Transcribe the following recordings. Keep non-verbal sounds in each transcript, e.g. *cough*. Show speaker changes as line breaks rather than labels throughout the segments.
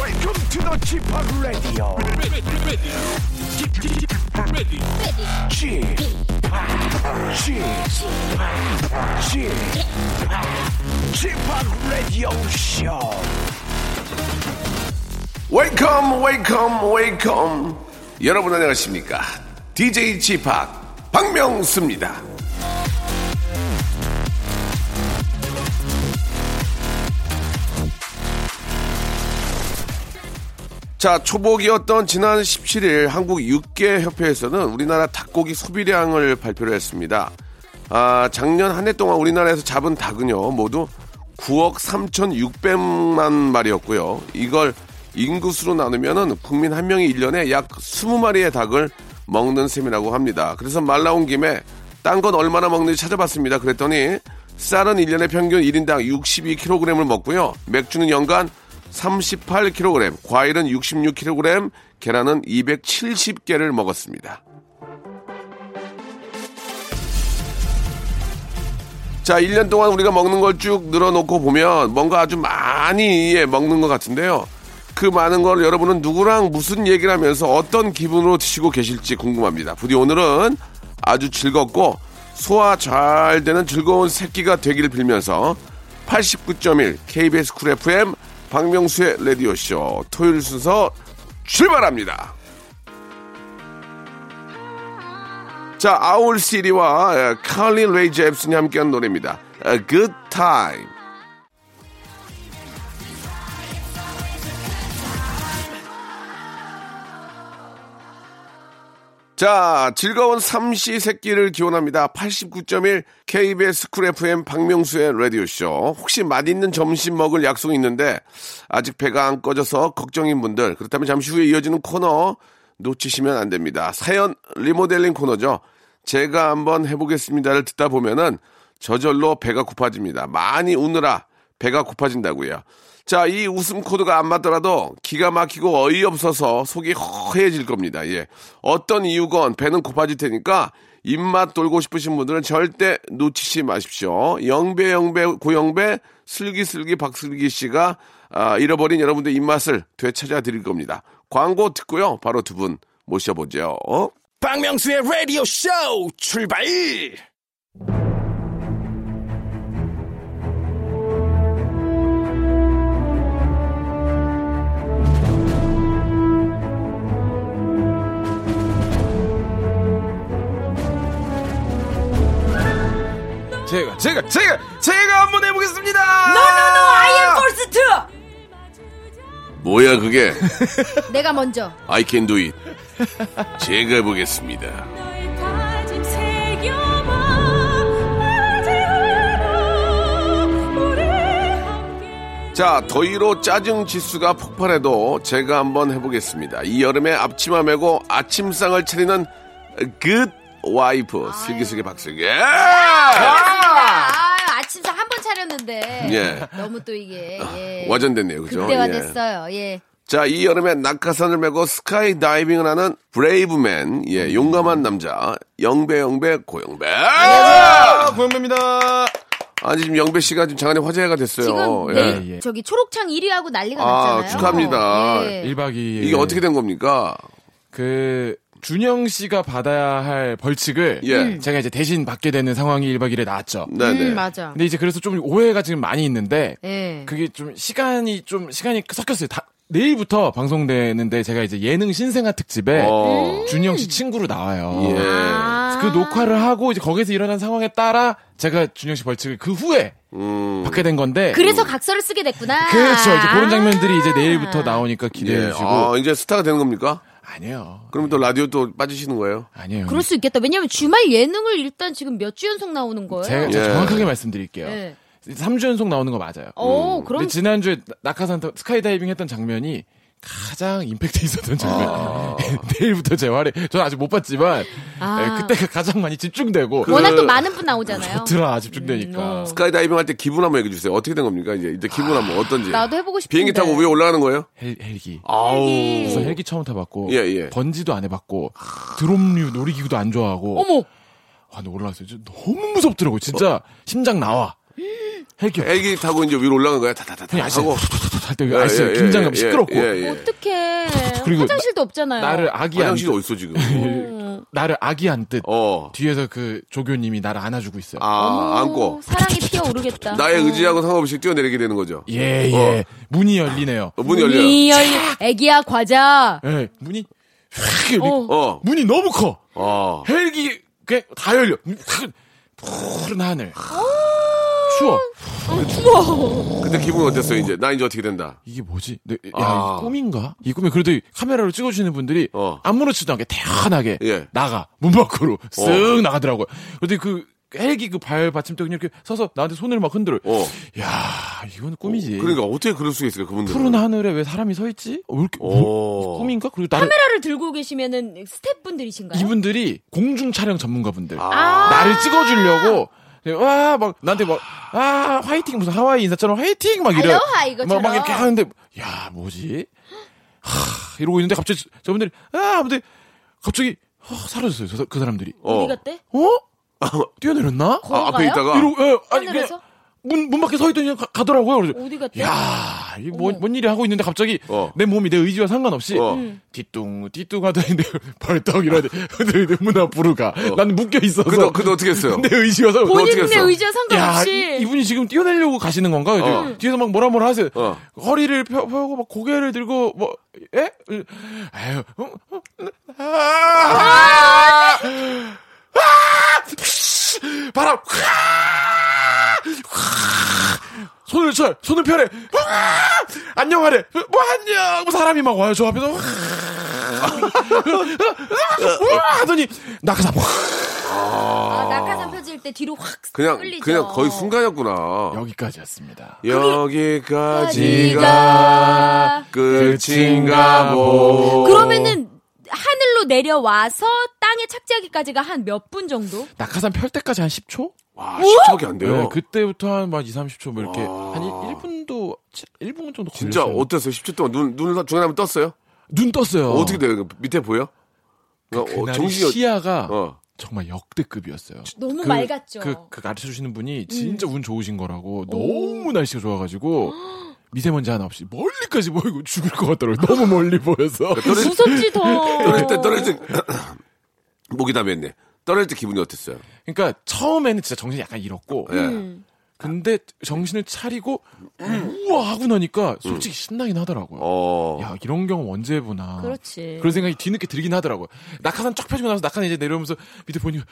Welcome to the g p o p Radio.
ready, ready, ready, ready.
g p o p g p o p Radio Show.
웨이컴 웨이컴 웨이컴 여러분 안녕하십니까 DJ 지팍 박명수입니다 자 초복이었던 지난 17일 한국 육계협회에서는 우리나라 닭고기 소비량을 발표를 했습니다 아 작년 한 해 동안 우리나라에서 잡은 닭은요 모두 9억 3,600만 마리였고요 이걸 인구수로 나누면은 국민 한 명이 1년에 약 20마리의 닭을 먹는 셈이라고 합니다. 그래서 말 나온 김에 딴 건 얼마나 먹는지 찾아봤습니다. 그랬더니 쌀은 1년에 평균 1인당 62kg을 먹고요. 맥주는 연간 38kg, 과일은 66kg, 계란은 270개를 먹었습니다. 자, 1년 동안 우리가 먹는 걸 쭉 늘어놓고 보면 뭔가 아주 많이 예, 먹는 것 같은데요. 그 많은 걸 여러분은 누구랑 무슨 얘기를 하면서 어떤 기분으로 드시고 계실지 궁금합니다. 부디 오늘은 아주 즐겁고 소화 잘 되는 즐거운 새끼가 되기를 빌면서 89.1 KBS 쿨 FM 박명수의 라디오쇼 토요일 순서 출발합니다. 자, 아울 시리와 에, 칼린 레이 잽슨이 함께한 노래입니다. A Good Time. 자, 즐거운 삼시 세끼를 기원합니다. 89.1 KBS 쿨 FM 박명수의 라디오쇼. 혹시 맛있는 점심 먹을 약속이 있는데 아직 배가 안 꺼져서 걱정인 분들, 그렇다면 잠시 후에 이어지는 코너 놓치시면 안 됩니다. 사연 리모델링 코너죠. 제가 한번 해보겠습니다를 듣다 보면은 저절로 배가 고파집니다. 많이 우느라 배가 고파진다고요. 자, 이 웃음 코드가 안 맞더라도 기가 막히고 어이없어서 속이 허해질 겁니다. 예. 어떤 이유건 배는 고파질 테니까 입맛 돌고 싶으신 분들은 절대 놓치지 마십시오. 영배, 영배, 고영배, 슬기슬기, 박슬기 씨가 아, 잃어버린 여러분들 입맛을 되찾아 드릴 겁니다. 광고 듣고요. 바로 두 분 모셔보죠. 어?
박명수의 Radio Show 출발.
제가 제가 제가 제가 한번 해보겠습니다.
아!
아이언 포스트!
뭐야 그게?
내가 먼저.
I can do it. 제가 해보겠습니다. 자, 더위로 짜증 지수가 폭발해도 제가 한번 해보겠습니다. 이 여름에 앞치마 메고 아침상을 차리는 굿 와이프 슬기슬기 박슬기.
네. 아, 아침상 한 번 차렸는데.
예.
너무 또 이게.
아,
예.
와전됐네요, 그죠?
극대화
예.
됐어요. 예.
자, 이 여름에 낙하산을 메고 스카이 다이빙을 하는 브레이브맨, 예,
음.
용감한 남자, 영배, 영배, 고영배.
고영배입니다.
아니, 지금 영배 씨가 지금 장안의 화제가 됐어요.
지금 네.
예.
내 저기 초록창 1위하고 난리가
아,
났잖아요.
축하합니다.
예.
1박 2일.
네. 이게 어떻게 된 겁니까?
그 준영 씨가 받아야 할 벌칙을
예. 음.
제가 이제 대신 받게 되는 상황이 1박 2일에 나왔죠.
네네. 네.
음, 맞아.
근데 이제 그래서 좀 오해가 지금 많이 있는데
예.
네. 그게 좀 시간이 좀 시간이 섞였어요. 다- 내일부터 방송되는데 제가 이제 예능 신생아 특집에
어.
음.
준영 씨 친구로 나와요.
예.
아.
그 녹화를 하고 이제 거기서 일어난 상황에 따라 제가 준영 씨 벌칙을 그 후에
음.
받게 된 건데
그래서 각서를 쓰게 됐구나.
그렇죠. 이제 그런 장면들이 이제
아.
내일부터 나오니까
예.
기대해 주시고
아, 이제 스타가 되는 겁니까?
아니에요.
그러면 또 라디오 또 빠지시는 거예요?
아니에요.
그럴 수 있겠다. 왜냐면 주말 예능을 일단 지금 몇 주 연속 나오는 거예요.
제가
예.
정확하게 말씀드릴게요.
예.
3주 연속 나오는 거 맞아요.
어, 그럼
음. 근데 지난주에 나- 낙하산 타- 스카이다이빙 했던 장면이 가장 임팩트 있었던 장면. *laughs* 내일부터 재활에 저는 아직 못 봤지만
아.
예, 그때가 가장 많이 집중되고
워낙 또 많은 분 나오잖아요.
들어 집중되니까.
음,
스카이다이빙 할 때 기분 한번 얘기해 주세요. 어떻게 된 겁니까? 이제, 이제 기분 한번 어떤지.
나도 해보고 싶은데.
비행기 타고 위에 올라가는 거예요?
헬, 헬기.
아우.
우선 헬기 처음 타봤고
예, 예.
번지도 안 해봤고 드롭류 놀이기구도 안 좋아하고
어머.
아, 근데 올라왔어요. 진짜 너무 무섭더라고. 진짜 심장 나와. 헬기
어.
헬기 타고 이제 위로 올라가는 거야? 다다다다
그냥 아시죠?
하고. 예,
할
예,
때 아시죠? 긴장감 시끄럽고
어떡해.
그리고
화장실도 없잖아요.
나를 아기 안
화장실이 예. 어딨어
*laughs*
지금?
음.
나를 아기 안듯
어.
뒤에서 그 조교님이 나를 안아주고 있어요.
아, 안고.
사랑이 피어오르겠다.
나의
어.
의지하고 상관없이 뛰어내리게 되는 거죠.
예, 예.
어.
문이 열리네요.
어, 문이 열려요.
이 열- 애기야 과자.
예, 문이 확 열리.
어.
어,
문이 너무 커.
어.
헬기 그냥 다 열려. 확 푸른 하늘.
아.
추워.
근데 기분이 어땠어요, 이제? 나 이제 어떻게 된다.
이게 뭐지? 내- 야,
아.
이 꿈인가? 이 꿈에 그래도 이 카메라로 찍어주시는 분들이
어.
아무렇지도 않게 태연하게
예. 어.
나가 문 밖으로 쓱 나가더라고요. 근데 그 헬기 그 발 받침대 그냥 이렇게 서서 나한테 손을 막 흔들어.
어.
야, 이건 꿈이지.
그러니까 어떻게 그럴 수가 있을까, 그분들.
푸른 하늘에 왜 사람이 서 있지? 어, 왜 이렇게
오.
뭐, 꿈인가? 그리고 나를
카메라를 들고 계시면은 스태프분들이신가요?
이분들이 공중 촬영 전문가분들
아.
나를 찍어주려고 네, 와 막 나한테 막 아 화이팅 무슨 하와이 인사처럼 화이팅 막 이래
알로하 이거처럼.
막, 막 이렇게 하는데 야 뭐지 하 이러고 있는데 갑자기 저분들이 아 근데 갑자기 어, 사라졌어요 저 사- 그 사람들이
어.
어디 갔대?
어 뛰어내렸나
아, 앞에
걸어가요?
있다가.
이러고 예, 아니 그냥
하늘에서?
문, 문 밖에 서 있더니 그냥 가, 가더라고요 그래서
어디 갔대?
야, 이 뭐,
어머.
뭔 일이 하고 있는데 갑자기
어.
내 몸이 내 의지와 상관없이
어.
음.
뒤뚱 뒤뚱 하더니 내 *laughs* 벌떡 일어나는데 *laughs* 근데 문 앞으로 가. 나는 묶여 있어서
근데, 근데 어떻게 했어요?
내 의지와 상관.
어떻게
본인의
했어?
의지와
야,
상관없이.
이- 이분이 지금 뛰어내려고 가시는 건가?
어.
뒤에서 막 뭐라 뭐라 하세요.
어.
허리를 펴, 펴고 막 고개를 들고 뭐 에? 아유. 어, 어, 아! 아! 바람. 손을 쳐 손을 펴래 으아! 안녕하래 뭐 안녕 뭐 사람이 막 와요 저
어.
앞에서 으아! 으아! 하더니 낙하산
아, 낙하산 펴질 때 뒤로 확
그냥,
끌리죠.
그냥 거의 순간이었구나.
여기까지였습니다
여기까지가 끝인가 보.
그러면은 하늘로 내려와서 땅에 착지하기까지가 한 몇 분 정도?
낙하산 펼 때까지 한 10초?
와, 10초밖에 안 돼요.
네, 그때부터 한 막 2, 30초 뭐 이렇게
와.
한 1분도 1분 정도
진짜
걸렸어요.
어땠어요? 10초 동안 눈, 눈 중간에 한번 떴어요?
눈 떴어요.
어. 떻게 돼요? 그 밑에 보여? 어,
그날
정신이
시야가
어.
정말 역대급이었어요.
너무
그-
맑았죠. 음.
그, 그 가르쳐 주시는 분이 진짜 운 좋으신 거라고 너무 날씨가 좋아가지고 미세먼지 하나 없이 멀리까지 보이고 죽을 것 같더라고요. 너무
*laughs*
멀리 보여서.
그러니까
무섭지 더.
그 떨어질 때, 떨어질 때, *clears throat* 목이 다 맸네. 떨어질 때 기분이 어땠어요?
그러니까 처음에는 진짜 정신이 약간 잃었고
예.
근데 정신을 차리고 우와 하고 나니까 솔직히 신나긴 하더라고요.
어.
야 이런 경험 언제 해보나.
그렇지.
그런 생각이 뒤늦게 들긴 하더라고요. 낙하산 쫙 펴지고 나서 낙하산 이제 내려오면서 밑에 보니 와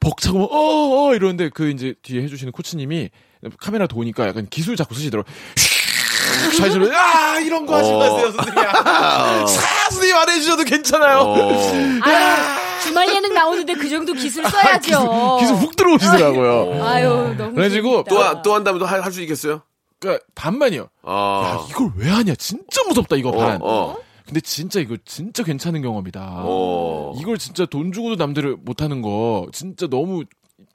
벅차고 막 어어 이러는데 그 이제 뒤에 해주시는 코치님이 카메라 도우니까 약간 기술 자꾸 쓰시더라고. 자신으로 아 이런 거 하지
어.
마세요
*laughs*
선생님. 아, 선생님 안 해주셔도 괜찮아요.
어.
아, 주말 예능 나오는데 그 정도
아,
기술 써야죠.
기술 훅 들어오시더라고요.
어. 아유, 너무.
그래가지고
재밌다.
또, 한- 또한다면 또 할 수 있겠어요?
그러니까 반반이요. 야
아.
이걸 왜 하냐 진짜 무섭다 이거 반.
어.
근데 진짜 이거 진짜 괜찮은 경험이다.
어.
이걸 진짜 돈 주고도 남들을 못하는 거 진짜 너무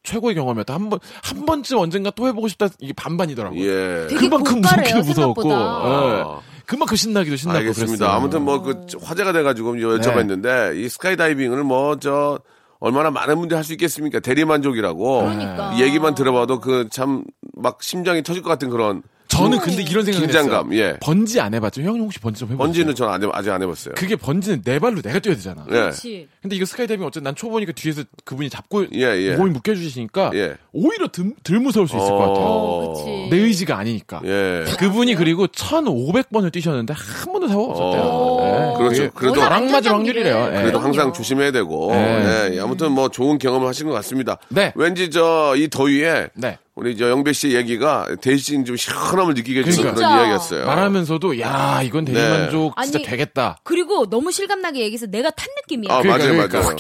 최고의 경험이었다. 한 번 한 번쯤 언젠가 또 해보고 싶다. 이게 반반이더라고요.
예.
되게
그만큼 무섭기도
고가래요,
무서웠고,
생각보다.
예. 그만큼 신나기도 신나고
알겠습니다.
그랬어요. 네.
아무튼 뭐 그 화제가 돼가지고 이제 여쭤봤는데 이 스카이다이빙을 뭐 저 얼마나 많은 분들이 할 수 있겠습니까? 대리만족이라고
그러니까.
얘기만 들어봐도 그 참 막 심장이 터질 것 같은 그런
음.
저는 근데 이런 생각이
긴장감,
했어요.
예.
번지 안 해봤죠. 형님 혹시 번지 좀 해봤어요?
번지는 전 안 해, 아직 안 해봤어요.
그게 번지는 네 발로 내가 뛰어야 되잖아.
예.
그렇지.
근데 이거 스카이다이빙 어쨌든 난 초보니까 뒤에서 그분이 잡고
예, 예.
몸이 묶여주시니까
예.
오히려 듬- 덜 무서울 수 있을 것 같아요.
어, 그치.
내 의지가 아니니까.
예.
네. 그분이 그리고 1,500번을 뛰셨는데 한 번도 사고 없었대요.
오.
네.
그렇죠.
그게
그래도
워낙
바람맞을
안정적이래.
확률이래요. 예.
그래도
그럼요.
항상 조심해야 되고
네.
예, 아무튼 뭐 좋은 경험을 하신 것 같습니다.
네.
왠지 저 이 더위에
네.
우리 저 영배 씨의 얘기가 대신 좀 시원함을 느끼게 해주는
그러니까.
그런
진짜.
이야기였어요.
말하면서도 야 이건 대리만족
네.
진짜
아니,
되겠다.
그리고 너무 실감나게 얘기해서 내가 탄 느낌이야.
아
그러니까,
맞아요
그러니까.
맞아요.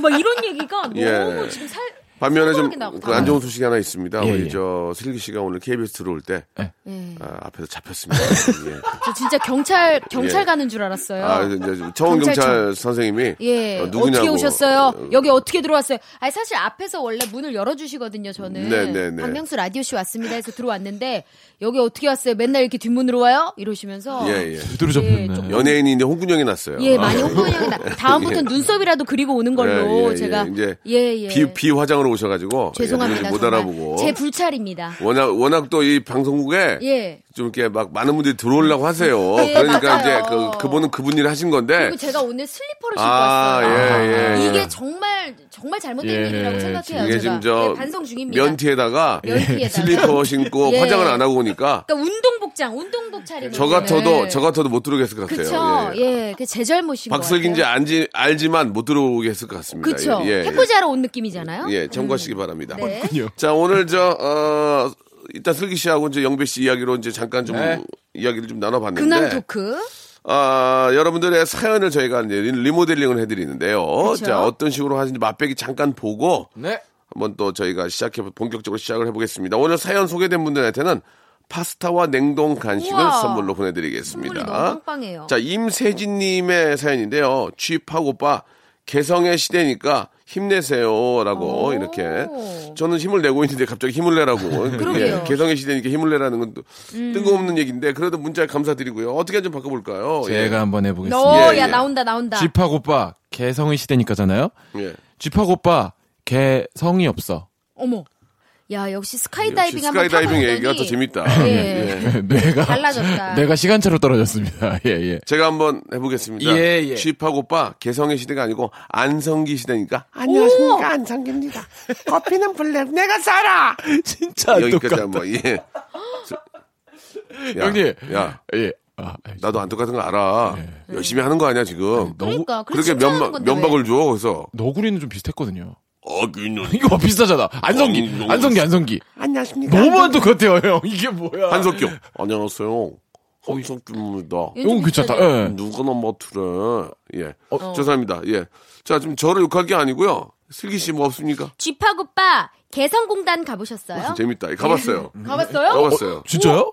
막 이런 얘기가 너무
*laughs* 예.
지금 살.
반면에 좀
생각이
그
나구나.
안 좋은 소식이 하나 있습니다.
예,
우리
예.
저 슬기 씨가 오늘 KBS 들어올 때
예.
아, 앞에서 잡혔습니다. 예.
저 진짜 경찰 경찰
예.
가는 줄 알았어요.
아 이제 청원 경찰
경찰청.
선생님이
예.
어, 누구냐고
어떻게 오셨어요?
어,
여기 어떻게 들어왔어요? 아니, 사실 앞에서 원래 문을 열어주시거든요, 저는.
네, 네, 네.
박명수 라디오쇼 왔습니다 해서 들어왔는데, 여기 어떻게 왔어요? 맨날 이렇게 뒷문으로 와요? 이러시면서.
예, 예.
제대로
예, 좀-
잡혔네.
연예인이 이제 홍군형이 났어요. 아.
예, 많이
*laughs*
홍보량 나. 다음부터는 눈썹이라도 그리고 오는 걸로
예, 예,
제가
예, 이제
예, 예.
비, 비화장으로 오셔가지고
죄송합니다.
예, 누군지 못
정말.
알아보고
제 불찰입니다.
워낙 워낙 또 이 방송국에
예.
좀 이렇게 막 많은 분들이 들어오려고 하세요.
네,
그러니까
맞아요.
이제 그, 그분은 그분 일 하신 건데.
그리고 제가 오늘 슬리퍼를 신고
아,
왔어요.
예, 예, 예.
이게 정말 정말 잘못된
예,
일이라고 생각해요.
이게
제가
지금 저
예, 반성 중입니다. 네.
면티에다가
면티에다가.
슬리퍼 신고
*laughs* 예.
화장을 안 하고 오니까
그러니까 운동 복장, 운동복 차림.
저 같아도 저 같아도 못 들어오겠을 것 같아요.
네. 그쵸.
예.
예, 그 제 잘못인 것
박슬기인지
같아요.
안지, 알지만 못 들어오게 했을 것 같습니다.
그쵸.
예, 예.
해코지하러 온 느낌이잖아요.
예, 참고하시기 바랍니다.
네.
자, 오늘 저, 어, 일단 슬기 씨하고 이제 영배 씨 이야기로 이제 잠깐 좀
네.
이야기를 좀 나눠봤는데.
근황 토크.
아, 여러분들의 사연을 저희가 이제 리- 리모델링을 해드리는데요. 자, 어떤 식으로 하는지 맛배기 잠깐 보고
네.
한번 또 저희가 시작해, 본격적으로 시작을 해보겠습니다. 오늘 사연 소개된 분들한테는 파스타와 냉동 간식을
우와.
선물로
선물이
보내드리겠습니다.
너무 빵빵해요.
자, 임세진님의 사연인데요. 취입하고 오빠, 개성의 시대니까 힘내세요. 라고
오.
이렇게. 저는 힘을 내고 있는데 갑자기 힘을 내라고.
*laughs* 그러게요. 음.
예, 개성의 시대니까 힘을 내라는 건 또 뜬금없는 얘기인데 그래도 문자 감사드리고요. 어떻게 예. 좀 바꿔볼까요?
제가 한번 해보겠습니다.
너,
예, 예.
야, 나온다, 나온다.
쥐팍 오빠 개성의 시대니까잖아요.
예. 예.
쥐팍 오빠 개성이 없어.
어머. 야, 역시 스카이다이빙
역시
한번
스카이다이빙
타봤더니
얘기가 더 재밌다.
예.
*laughs*
*laughs*
뇌가
달라졌다.
뇌가 시간차로 떨어졌습니다. *laughs* 예 예.
제가 한번 해보겠습니다.
예, 예.
취입하고 오빠, 개성의 시대가 아니고 안성기 시대니까 안녕하십니까 안성기입니다. 커피는 블랙, 내가 살아.
진짜 안
여기까지
똑같다. *laughs*
한번 예. 야,
형님.
야,
예. 아, 아이,
나도 안 똑같은 거 알아.
예.
열심히 하는 거 아니야 지금.
그러니까. 그렇게
그렇게
칭찬하는
면박,
건데 왜.
면박을 줘. 그래서
너구리는 좀 비슷했거든요. *laughs*
어귀는
이거 봐, 비슷하잖아. 안성기,
어, 너무
안성기, 안성기.
안녕하십니까.
너무 안 똑같아요, 예. 형. *laughs* 이게 뭐야?
한석규. 안녕하세요. 한석규입니다. 어.
형 괜찮다. 예.
누가 넘버트래. 예.
어.
죄송합니다. 예. 자, 지금 저를 욕할 게 아니고요. 슬기 씨 뭐 없습니까?
쥐팍 오빠, 개성공단 가보셨어요?
재밌다. 예, 가봤어요.
아, 가봤어요?
가봤어요.
진짜요?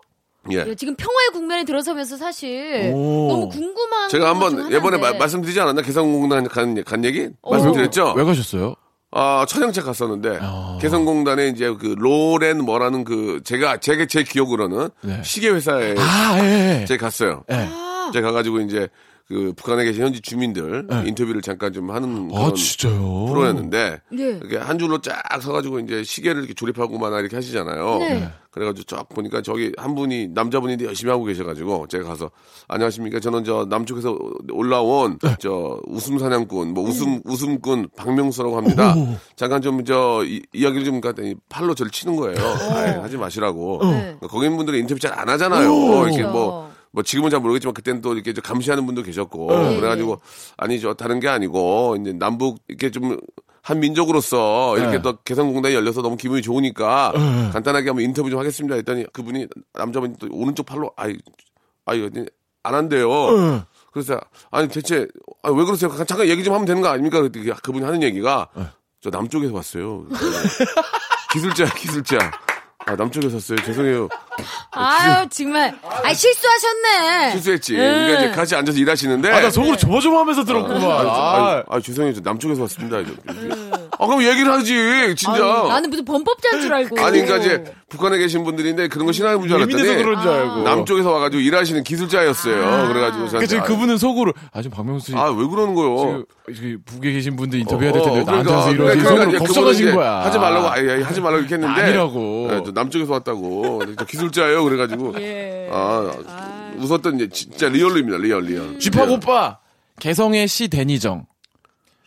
예.
지금 평화의 국면에 들어서면서 사실
오.
너무 궁금한
제가
것중
한번 예번에 마-
하나인데.
말씀드리지 않았나? 개성공단 간, 간 얘기?
어.
말씀드렸죠?
왜 어. 가셨어요?
아, 천양차 갔었는데, 개성공단에 이제 그 로렌 뭐라는 그, 제가, 제, 제 기억으로는
네.
시계회사에
아, 예.
제가 아, 갔어요.
예.
아.
제가 가가지고 이제 그 북한에 계신 현지 주민들 인터뷰를 잠깐 좀 하는 그런
네. 아, 진짜요?
프로였는데
네.
이렇게 한 줄로 쫙 서가지고 이제 시계를 이렇게 조립하고만 이렇게 하시잖아요.
네.
그래가지고 쫙 보니까 저기 한 분이 남자분인데 열심히 하고 계셔가지고 제가 가서 안녕하십니까 저는 저 남쪽에서 올라온 저 웃음 사냥꾼 뭐 웃음
네.
웃음꾼 박명수라고 합니다. 잠깐 좀 저 이야기를 좀 갔더니 팔로 저를 치는 거예요. 아이, 하지 마시라고.
네.
거긴 분들은 인터뷰 잘 안 하잖아요. 이렇게
그렇죠.
뭐 뭐 지금은 잘 모르겠지만 그때는 또 이렇게 좀 감시하는 분도 계셨고
네.
그래가지고 아니죠 다른 게 아니고 이제 남북 이렇게 좀 한 민족으로서 이렇게
네.
또 개성공단이 열려서 너무 기분이 좋으니까 간단하게 한번 인터뷰 좀 하겠습니다 했더니 그분이 남자분이 또 오른쪽 팔로 아이 아이 어디 안 한대요.
네.
그래서 아니 대체 아니, 왜 그러세요? 잠깐 얘기 좀 하면 되는 거 아닙니까? 그랬더니 그분이 하는 얘기가
네.
저 남쪽에서 왔어요. 기술자 기술자 아 남쪽에서 왔어요. 죄송해요.
아유 정말 아 실수하셨네.
실수했지. 그러니까 이제 같이 앉아서 일하시는데.
아, 나 속으로 조마조마하면서 들었구만.
네. 아,
아,
아, 아, 죄송해요. 저 남쪽에서 왔습니다. 아, 그럼 얘기를 하지.
음. 아유,
진짜.
나는 무슨 범법자인 줄 알고.
아니, 그러니까 이제 북한에 계신 분들인데 그런 거 싫어하는 분줄
예민해서
알았더니 아,
그런 줄 알고.
남쪽에서 와가지고 일하시는 기술자였어요. 그래가지고 저한테
그러니까 그치,
아,
그분은 속으로. 아, 지금 박명수 씨.
아, 왜 그러는 거요?
지금 지금 북에 계신 분들 인터뷰해야 될 텐데 왜 나한테 와서
그러니까
이러지.
그러니까
속으로
이제
걱정하신
그분은 이제
거야.
하지 말라고, 아예 아예 하지 말라고 이렇게 했는데.
아니라고.
네, 저 남쪽에서 왔다고. 저 기술자예요. 그래가지고.
예.
아, 웃었던 이제 진짜 리얼입니다. 리얼, 리얼.
쥐팍
예.
오빠 개성의 시 대니정.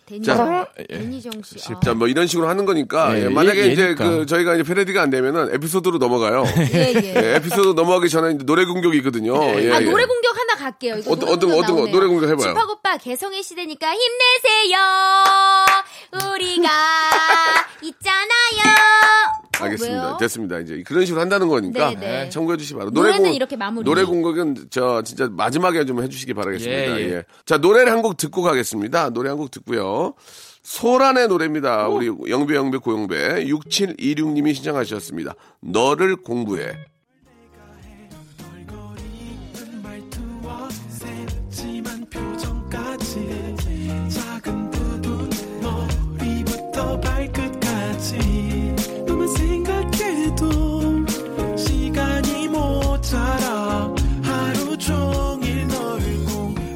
데니정
예.
데니정 씨. 아.
자, 뭐 이런 식으로 하는 거니까
예,
예, 만약에
예,
이제
예니까.
그 저희가 이제 패러디가 안 되면은 에피소드로 넘어가요.
예, 예.
예, 에피소드 넘어가기 전에 이제 노래 공격이 있거든요. 예,
아
예.
노래 공격 하나 갈게요. 이거
어떤-
노래 공격
어떤- 어떤 거,
나오네요.
노래 공격 해봐요.
집합 오빠 개성의 시대니까 힘내세요.
*laughs*
우리가 있잖아요. 어,
알겠습니다.
왜요?
됐습니다. 이제 그런 식으로 한다는 거니까
네, 네.
참고해 주시기 바랍니다.
노래는
공-
이렇게 마무리.
노래 공격은 저 진짜 마지막에 좀 해주시기 바라겠습니다.
예, 예.
예. 자 노래를 한 곡 듣고 가겠습니다. 노래 한 곡 듣고요. 소란의 노래입니다. 우리 영배 영배 고영배 6726님이 신청하셨습니다. 너를 공부해.
머리부터 발끝까지 너만 생각해도 시간이 모자라 하루 종일 널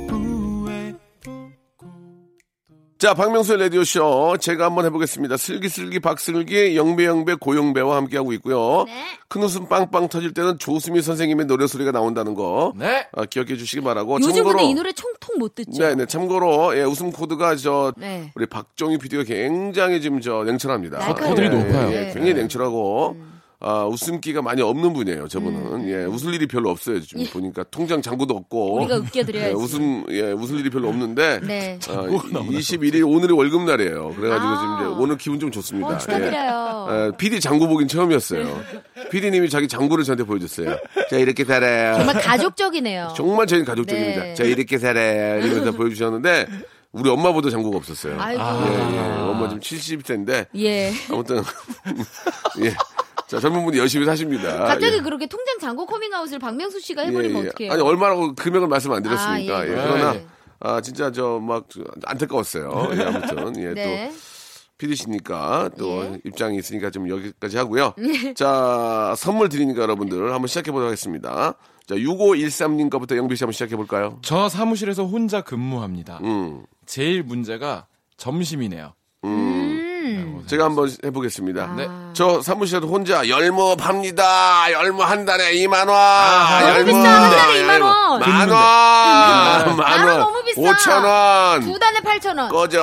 공부해
자, 박명수의 라디오쇼. 제가 한번 해보겠습니다. 슬기슬기 박슬기, 영배영배, 고영배와 함께하고 있고요.
네.
큰 웃음 빵빵 터질 때는 조수미 선생님의 노래소리가 나온다는 거.
네.
아, 기억해 주시기 바라고.
요즘
뭐 참고로.
근데 이 노래 총통 못 듣죠?
네네. 참고로, 예, 웃음 코드가 저,
네.
우리 박종희 PD가 굉장히 지금 저 냉철합니다.
날카로워요. 네. 음.
코드들이 높아요.
예, 예, 굉장히 냉철하고. 아, 웃음기가 많이 없는 분이에요, 저분은. 예, 웃을 일이 별로 없어요, 지금 보니까. 통장 잔고도 없고.
예. 우리가
예,
웃겨드려야지.
웃음, 예, 웃을 일이 별로 없는데.
네.
아, 21일 오늘이 월급 날이에요. 그래가지고
아.
지금 이제 오늘 기분 좀 좋습니다.
어, 축하드려요.
예. 에, PD 장구 보긴 처음이었어요. PD님이 자기 장구를 저한테 보여줬어요. 자 이렇게 살아요.
정말
*laughs*
가족적이네요.
정말 저희는 가족적입니다.
네.
자 이렇게 살아요. 이러면서 보여주셨는데 우리 엄마보다 장구가 없었어요.
아이고.
예, 예. 엄마 지금 70대인데
예.
아무튼 *laughs* 예. 자 젊은 분이 열심히 사십니다.
갑자기
예.
그렇게 통장 잔고 커밍아웃을 박명수 씨가
예,
해버리면
예.
어떡해요?
아니 얼마라고 금액을 말씀 안 드렸으니까.
아, 예.
예, 그러나
네.
아 진짜 저 막 안타까웠어요. 예, 아무튼 예,
네.
또 PD시니까 또
예. 네.
입장이 있으니까 좀 여기까지 하고요. 자, 선물 드리니까 여러분들 한번 시작해 보도록 하겠습니다. 자, 6513님 거부터 영비 씨 한번 시작해 볼까요?
저 사무실에서 혼자 근무합니다.
음.
제일 문제가 점심이네요.
음.
제가 한번 해 보겠습니다.
네.
저 사무실에서 혼자 열무합니다. 열무 한 달에 2만 원.
너무
열무
비싸. 한
네,
달에 2만 원.
만 원. 만
아,
원.
너무 비싸.
5천 원.
두 단에 8,000원.
꺼져.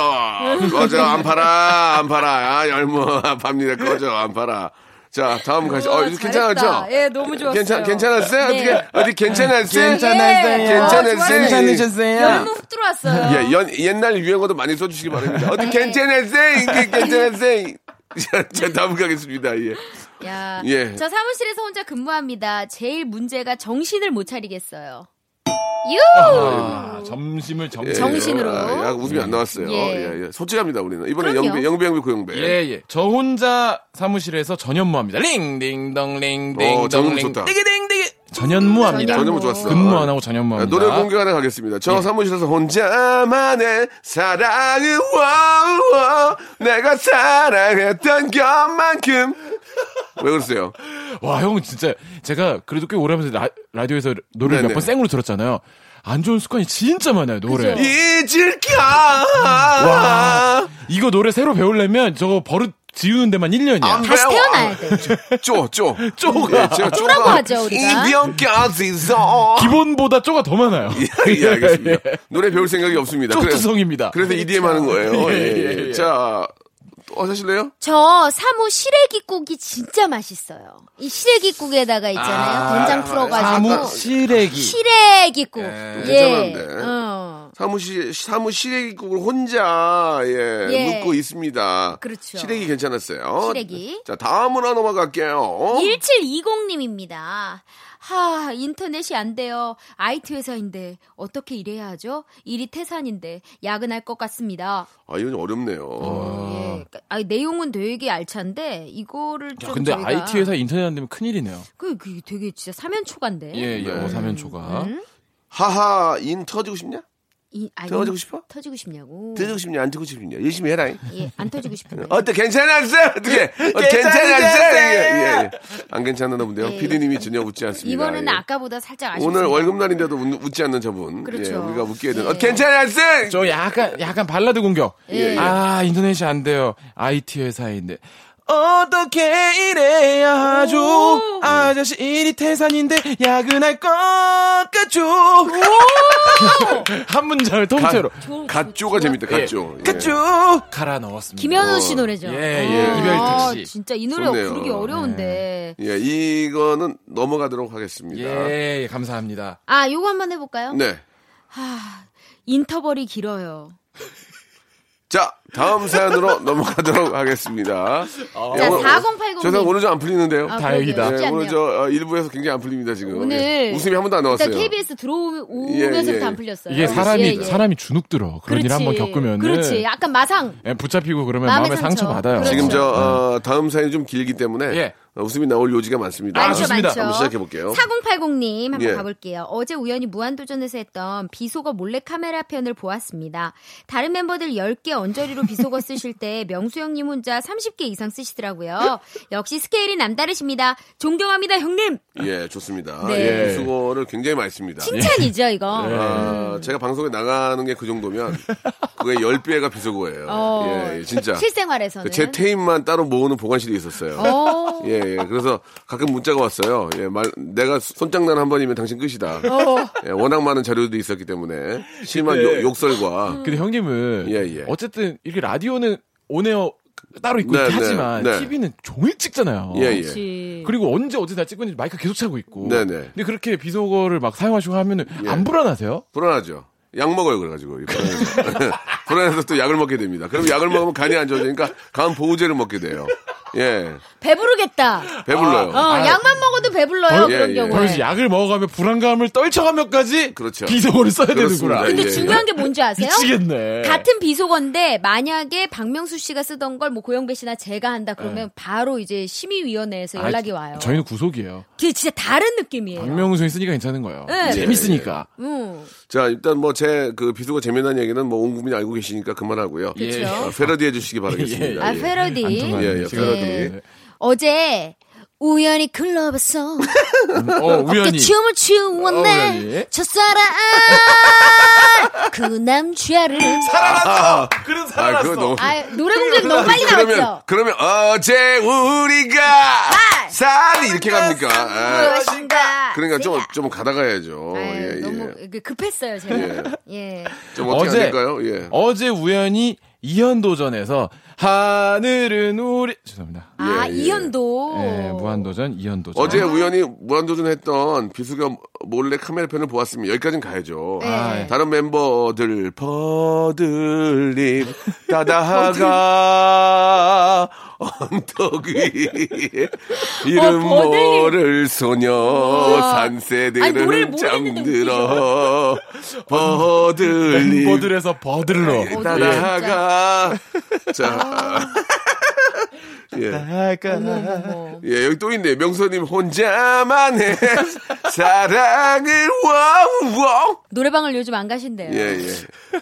꺼져. 안 팔아. 안 팔아. 아, 열무. 팝니다. 꺼져. 안 팔아. 자, 다음 가시. 어, 이거
잘했다.
괜찮았죠?
예, 너무 좋았어요.
괜찮, 괜찮았어요?
네.
어떻게, 어디 괜찮았어요? 예,
괜찮았어요.
괜찮았어요.
너무 훅 들어왔어요.
예, 연, 옛날 유행어도 많이 써주시기 바랍니다.
네.
어디 괜찮았어요?
*laughs*
이게 괜찮았어요? 자, 자, 다음 가겠습니다. 예.
야,
예.
저 사무실에서 혼자 근무합니다. 제일 문제가 정신을 못 차리겠어요. 유!
아, 점심을
예.
점심.
정신으로.
아, 야, 웃음이 안 나왔어요.
예.
예, 예. 솔직합니다, 우리는. 이번에
그럼요.
영배, 영배, 영배, 고영배.
예, 예. 저 혼자 사무실에서 전현무합니다. 링딩동
어, 전현무
링딩동
좋다.
띵기띵기 전현무합니다.
전현무 좋았어.
근무 안 하고
아,
전현무합니다.
노래 공개 하나 가겠습니다. 저 사무실에서 혼자만의 사랑을 워워 내가 사랑했던 것만큼 왜 그러세요?
와, 형 진짜 제가 그래도 꽤 오래 하면서 라, 디오에서 노래를
네네.
몇 번 생으로 들었잖아요. 안 좋은 습관이 진짜 많아요, 노래.
그죠?
잊을까?
이거 노래 새로 배우려면 저거 버릇 지우는 데만 1년이야.
다시 태어나야 돼.
쪼, 쪼.
쪼가.
예, 제가
쪼라고
쪼가
하죠, 우리가.
이병까지서.
기본보다 쪼가 더 많아요.
*laughs* 예, 예,
*laughs*
알겠습니다. 노래 배울 생각이 없습니다. 그래-
쪼투성입니다.
그래서 EDM 하는 거예요. 예,
예,
예,
예,
예.
예.
자, 또 하실래요?
저 사무 시래기국이 진짜 맛있어요. 이 시래기국에다가 있잖아요. 된장 풀어가지고.
사무 시래기.
시래기국. 예.
괜찮은데.
어.
사무실 사무실에국을 혼자 예,
예.
묻고 있습니다.
그렇죠.
시래기 괜찮았어요. 네.
시래기.
자 다음으로 넘어갈게요.
1720님입니다. 하, 인터넷이 안 돼요. IT 회사인데 어떻게 일해야 하죠? 일이 태산인데 야근할 것 같습니다.
아 이건 어렵네요.
예. 그러니까 아니, 내용은 되게 알찬데 이거를 좀
야, 근데
저희가
IT 회사 인터넷 안 되면 큰일이네요.
그, 그 되게 진짜 사면초간데.
예, 예.
네.
어사면초가.
하하 인 터지고 싶냐?
이, 아니,
터지고 싶어?
터지고 싶냐고.
터지고 싶냐? 안 터지고 싶냐? 열심히 해라.
예, 안 터지고 싶은데.
어때 괜찮았어? 어떻게?
*laughs*
어, 괜찮았어? 예, 예, 예. 안 괜찮나 본데요.
예.
피디님이 전혀 웃지 않습니다.
이번에는
예.
아까보다 살짝 아쉽습
오늘 월급날인데도 웃- 웃지 않는 저분.
그렇죠.
예, 우리가 웃게 되는.
예.
어, 괜찮았어?
저 약간 약간 발라드 공격.
예.
아 인터넷이 안 돼요. IT 회사인데 어떻게 일해야 하죠? 아저씨 일이 태산인데 야근할 것 같죠? *laughs* 한 문장을 통째로
갓조가 재밌다. 갓조. 아, 예.
같죠? 갈아 넣었습니다.
김현우 씨 노래죠.
예, 예.
아,
이별 택시.
진짜 이 노래
어. 좋네요.
부르기 어려운데.
예, 이거는 넘어가도록 하겠습니다.
예, 예, 감사합니다.
아, 요거 한번 해볼까요?
네.
인터벌이 길어요.
자, 다음
*laughs*
사연으로 넘어가도록 하겠습니다.
자, 4080 님.
저 사람 오늘 좀 안 풀리는데요.
아,
다행이다.
그러게요. 쉽지
예, 오늘
않네요.
저 어, 일부에서 굉장히 안 풀립니다, 지금.
오늘
예, 웃음이 한 번도 안 나왔어요.
일단 KBS 들어오면서부터
예, 예.
안 풀렸어요.
이게 사람이
예, 예.
사람이 주눅 들어. 그런 일 한번 겪으면
그렇지. 약간 마상.
붙잡히고 그러면
마음의
마음에 상처,
상처.
받아요.
그렇죠.
지금 저 어, 다음 사연이 좀 길기 때문에
예.
어, 웃음이 나올 요지가 많습니다.
아,
많죠,
좋습니다.
많죠.
한번 시작해볼게요.
4080님 한번
예.
가볼게요. 어제 우연히 무한도전에서 했던 비속어 몰래카메라 편을 보았습니다. 다른 멤버들 10개 언저리로 비속어 쓰실 때 명수 형님 혼자 30개 이상 쓰시더라고요. 역시 스케일이 남다르십니다. 존경합니다, 형님.
예, 좋습니다.
네.
예, 수고를 굉장히 많이 씁니다. 예.
칭찬이죠, 이거.
아, 제가 방송에 나가는 게 그 정도면
*laughs*
그게 10배가 비속어예요.
어.
예, 예, 진짜.
실생활에서는.
그제 테잎만 따로 모으는 보관실이 있었어요. *laughs*
어.
예, 예. 그래서 가끔 문자가 왔어요. 예, 말, 내가 손장난 한 번이면 당신 끝이다.
어.
예, 워낙 많은 자료도 있었기 때문에 심한
그때-
욕- 욕설과
음.
근데 형님은
예, 예.
어쨌든 이렇게 라디오는 온에어 따로 있고
네,
이렇게
네,
하지만
네.
TV는 종일 찍잖아요.
예,
어,
예.
그치.
그리고 언제 어디 날 찍고 있는지 마이크 계속 차고 있고.
네, 예. 네.
근데 그렇게 비속어를 막 사용하시고 하면은 안 불안하세요?
불안하죠. 약 먹어요 그래가지고 이렇게 불안해서. *laughs* 불안해서 또 약을 먹게 됩니다. 그럼 약을 먹으면 간이 안 좋아지니까 간 보호제를 먹게 돼요. 예,
배부르겠다.
배불러요.
어,
아,
약만 먹어도 배불러요,
어, 예,
그런
예.
경우에.
그래서 약을 먹어가며 불안감을 떨쳐가며까지
그렇죠.
비속어를 써야
그렇습니다.
되는구나.
근데
예,
중요한
예.
게 뭔지 아세요?
미치겠네.
같은 비속어인데 만약에 박명수 씨가 쓰던 걸 뭐 고영배 씨나 제가 한다 그러면 바로 이제 심의위원회에서
아,
연락이 와요.
저희는 구속이에요.
그게 진짜 다른 느낌이에요.
박명수이 쓰니까 괜찮은 거예요.
네.
재밌으니까.
음.
자 일단 뭐 제 그 비속어 재미난 얘기는 뭐 온 국민이 알고 계시니까 그만하고요.
그쵸.
아, 페러디
*laughs*
해주시기 바라겠습니다.
아
예.
페러디
안전한
예, 예,
지금.
패러디.
네.
어제 우연히 클럽에서
어, 우연히.
그 춤을
어,
추었네
우연히.
첫사랑 그 남자를
그런
아, 그거 너무.
아 노래 공격 너무 빨리
그러면
나왔죠.
그러면 어제 우리가
아!
산 이렇게 갑니까? 아,
무엇인가.
그러니까 좀 좀 가다가 해야죠.
아유,
예, 예.
너무 그 급했어요 제가. 예.
좀 어떻게
어제-
안 될까요? 예.
어제 우연히 이현도전에서 하늘은 우리 죄송합니다.
아
예, 예.
이현도.
예, 무한도전 이현도전.
어제 우연히 무한도전했던 비수가 몰래 카메라 펜을 보았습니다. 여기까지는 가야죠.
네.
다른 멤버들
*laughs*
버들잎 따다가 언덕
*laughs*
위에 이름
어, 버들잎.
모를 소녀
우와. 아니, 노래를
산새들은
모르겠는데
잠들어 버들잎
멤버들에서
예,
버들로.
어,
따다가
아.
자 예.
어머.
예, 여기 또 있네. 명서님 혼자만의 *laughs* 사랑을 와우와.
노래방을 요즘 안 가신대요.
예, 예.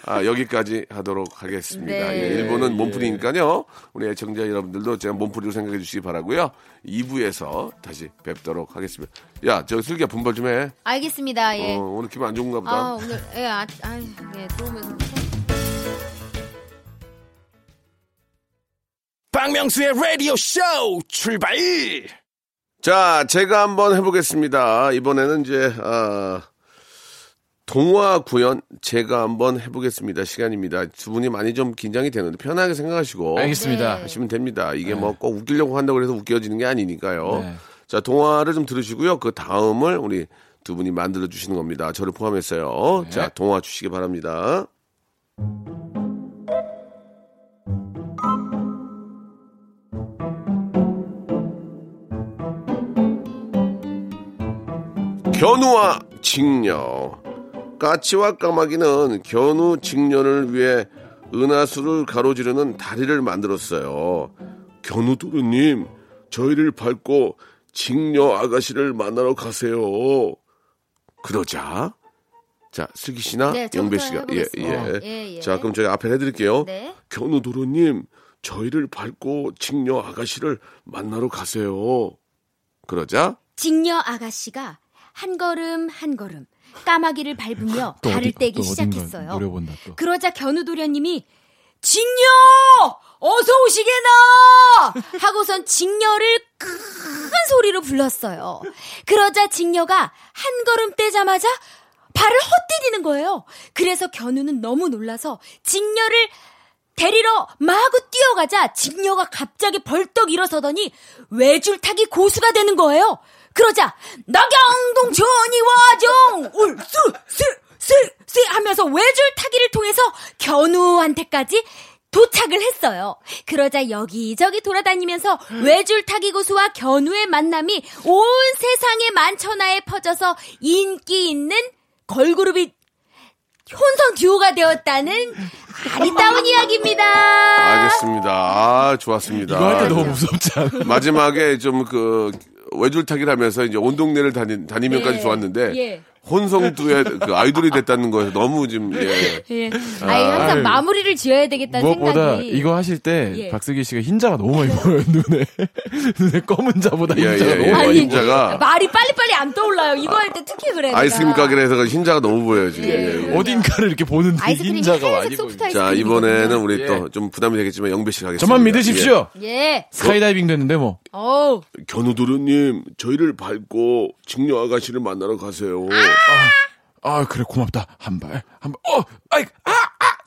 아, 여기까지 하도록 하겠습니다.
네.
예, 일본은 몸풀이니까요. 우리 애청자 여러분들도 제가 몸풀이로 생각해 주시기 바라고요. 2부에서 다시 뵙도록 하겠습니다. 야, 저 슬기야 분발 좀 해.
알겠습니다. 예.
어, 오늘 기분 안 좋은가 보다.
아 오늘 예, 아, 아, 예, 들어오면서.
박명수의 라디오 쇼 출발!
자, 제가 한번 해보겠습니다. 이번에는 이제 아, 동화 구연 제가 한번 해보겠습니다. 시간입니다. 두 분이 많이 좀 긴장이 되는데 편하게 생각하시고
알겠습니다.
네.
하시면 됩니다. 이게 뭐 꼭 웃기려고 한다고 해서 웃겨지는 게 아니니까요.
네.
자, 동화를 좀 들으시고요. 그 다음을 우리 두 분이 만들어 주시는 겁니다. 저를 포함해서요. 자, 동화 주시기 바랍니다. 견우와 직녀. 까치와 까마귀는 견우 직녀를 위해 은하수를 가로지르는 다리를 만들었어요. 견우 도련님, 저희를 밟고 직녀 아가씨를 만나러 가세요. 그러자 자 슬기 씨나
네, 저부터
영배 씨가 예,
해보겠습니다. 예, 예.
자 그럼 저희 앞에 해드릴게요.
네.
견우 도련님, 저희를 밟고 직녀 아가씨를 만나러 가세요. 그러자
직녀 아가씨가 한 걸음 한 걸음 까마귀를 밟으며
또
발을
어디-
떼기
또 어딘가
시작했어요.
노려본다, 또.
그러자 견우 도련님이 직녀 어서 오시게나 하고선 직녀를 큰 소리로 불렀어요. 그러자 직녀가 한 걸음 떼자마자 발을 헛디디는 거예요. 그래서 견우는 너무 놀라서 직녀를 데리러 마구 뛰어가자 직녀가 갑자기 벌떡 일어서더니 외줄타기 고수가 되는 거예요. 그러자 낙양동 전이와정 울쓰쓰쓰쓰 하면서 외줄타기를 통해서 견우한테까지 도착을 했어요. 그러자 여기저기 돌아다니면서 외줄타기 고수와 견우의 만남이 온 세상의 만천하에 퍼져서 인기 있는 걸그룹이 혼성 듀오가 되었다는 아리따운 이야기입니다.
알겠습니다. 아, 좋았습니다.
이거 할 때 너무 무섭지 않아?
마지막에 좀 그 외줄타기를 하면서 이제 온 동네를 다니, 다니면까지
예.
좋았는데
예.
혼성두의 그 아이돌이 됐다는 거에서 너무 지금 예.
예. 아이 항상
아유.
마무리를 지어야 되겠다는
*laughs* 무엇보다
생각이.
이거 하실 때
예.
박슬기 씨가 흰자가 너무 많이 보여요 *laughs* 눈에 눈에 검은 자보다
예,
흰자가
예,
너무
예.
많이
아니,
인자가-
말이 빨리빨리 안 떠올라요. 이거 할 때 특히 그래.
아이스크림
내가.
가게를 해서 흰자가 너무 보여요 지금. 예, 예.
어딘가를 이렇게 보는데 그
아이스크림이
흰자가 많이
하얀색
보여
소프트 아이스크림.
자 이번에는 우리
예.
또 좀 부담이 되겠지만 영배 씨 가겠습니다.
저만 믿으십시오
예.
스카이다이빙 됐는데 뭐
어우.
예. 견우도련님 저희를 밟고 직녀 아가씨를 만나러 가세요.
아 그래 고맙다 한 발 한발어 아이 아아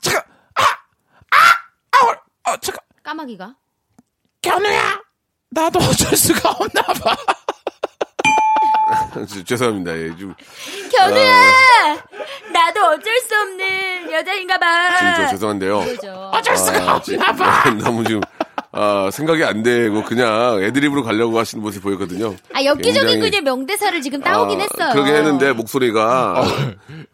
잠깐 아아아어 잠깐
까마귀가.
견우야 나도 어쩔 수가 없나 봐
아, 죄송합니다. 예, 좀, 아.
견우야! 나도 어쩔 수 없는 여자인가
지금 저
봐.
죄송한데요.
그죠.
어쩔 수가
아, *laughs* 지금
없나 봐
너무 지금 아, 생각이 안 되고 그냥 애드립으로 가려고 하시는 모습이 보였거든요.
아, 엽기적인
굉장히-
그녀 명대사를 지금 따오긴
아,
했어요. 음.
그러긴 했는데 목소리가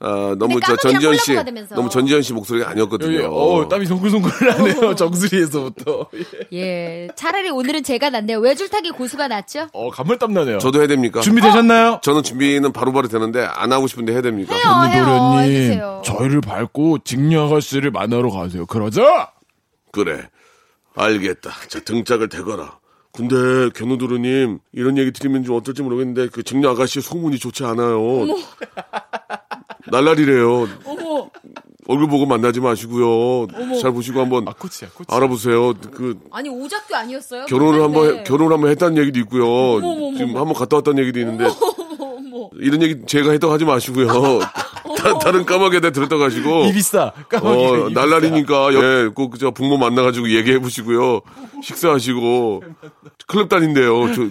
아, 너무
근데
저
까마귀랑
전지현 씨
콜라보가 되면서.
너무 전지현 씨 목소리가 아니었거든요.
어 땀이 *laughs* 송글송글하네요 정수리에서부터 예.
예. 차라리 오늘은 제가 낫네요. 외줄타기 고수가 낫죠?
어 간물땀 나네요
저도 해야 됩니까?
준비되셨나요?
저는 준비는 바로바로 되는데 안 하고 싶은데 해야 됩니까?
해요. 어, 해주세요.
노련님 저희를 밟고 직녀 아가씨를 만나러 가세요 그러자
그래. 알겠다. 자, 등짝을 대거라. 근데 견우도르님 이런 얘기 드리면 좀 어떨지 모르겠는데 그 직녀 아가씨 소문이 좋지 않아요. 날라리래요. 얼굴 보고 만나지 마시고요. 잘 보시고 한번
코치야 코치
알아보세요. 그
아니, 오작교 아니었어요?
결혼을 한번
끝났네.
해- 결혼을 한번 했다는 얘기도 있고요. 지금 한번 갔다 왔다는 얘기도 있는데 이런 얘기 제가 했다고 하지
*laughs*
마시고요. 다, 다른 까마귀한테 들었다
*laughs*
가시고
이비싸 까마귀
어, 날라리니까 예, 꼭저 부모 만나가지고 얘기해 보시고요. 식사하시고 클럽 다닌대요. 저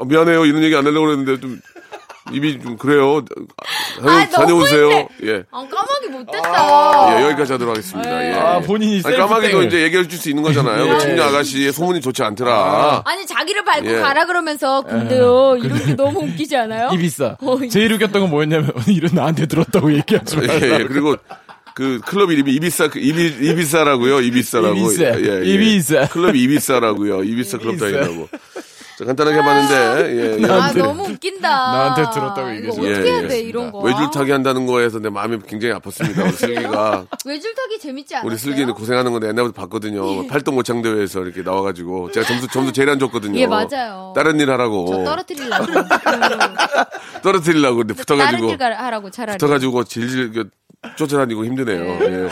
아, 미안해요 이런 얘기 안 하려고 그랬는데 좀 입이 좀 그래요. 아, 다녀,
아, 너무
다녀오세요.
힘들어.
예.
아, 까마귀 못됐다.
예, 여기까지 하도록 하겠습니다. 예.
아, 본인이
아니,
셀프
까마귀도
땡을.
이제 얘기해 줄 수 있는 거잖아요.
네.
그 직녀 아가씨의 소문이 좋지 않더라.
아니, 자기를 밟고
예. 음,
가라 그러면서, 근데요, 이런 게 너무 웃기지 않아요?
이비싸
어, 이-
제일 웃겼던 건 뭐였냐면 *laughs* 이런 나한테 들었다고 얘기하지
예,
말라
예, 그리고 그 클럽 이름이 이비사 그 이비 이비사라고요. 이비사라고.
이비사.
예, 예.
이비사.
클럽 이비사라고요. 이비사 클럽
이비사.
다닌다고. 자, 간단하게 봤는데 예. 예.
아,
나한테-
너무 웃긴다.
나한테 들었다고
이거
얘기해서.
어떻게
예,
해야
예.
돼, 이런 거.
외줄타기 한다는 거에서 내 마음이 굉장히 아팠습니다. 우리 슬기가
외줄타기 재밌지 않아요?
우리 슬기는 고생하는 건데 옛날부터 봤거든요.
예.
팔동 모창 대회에서 이렇게 나와가지고 제가 점수 점수 제일 안 줬거든요.
예, 맞아요.
다른 일 하라고
저 *laughs* 떨어뜨리려고. 그러고.
떨어뜨리려고 근데
다른
붙어가지고
길 가라 하라고 차라리.
붙어가지고 질질 그 쫓아다니고 힘드네요. 예.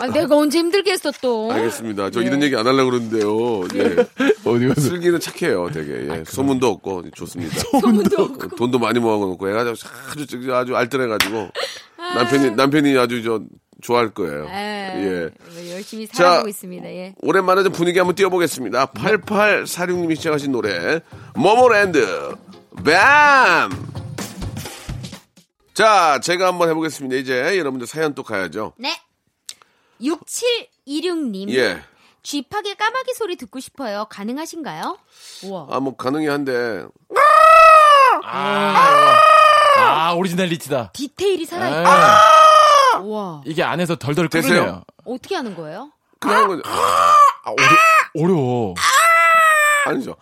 아, 내가 언제 힘들게 했어 또.
알겠습니다. 저 이런 얘기 안 하려고 그러는데요. 예.
네. 어디 가서 아,
슬기는 착해요, 되게. 예. 소문도 없고 좋습니다.
*laughs* 소문도 없고.
어, 돈도 많이 모아놓고 해가지고 아주 아주, 아주 알뜰해가지고
아.
남편이 남편이 아주 저 좋아할 거예요.
*laughs* 예.
네.
예.
열심히
자.
살아가고 있습니다. 예.
오랜만에 좀 분위기 한번 띄워보겠습니다. 8846님이 시작하신 노래, 모모랜드, 뱀! 자, 제가 한번 해보겠습니다. 이제 여러분들 사연 또 가야죠.
네. 6726님.
예.
쥐팍의 까마귀 소리 듣고 싶어요. 가능하신가요? 우와.
아, 뭐, 가능이 한데,
아, 아 오리지널리티다
디테일이 살아있다.
아,
우와.
이게 안에서 덜덜
됐어요?
끓네요
어떻게 하는 거예요?
그냥 아, 하는
아!
거죠.
어려워
아니죠.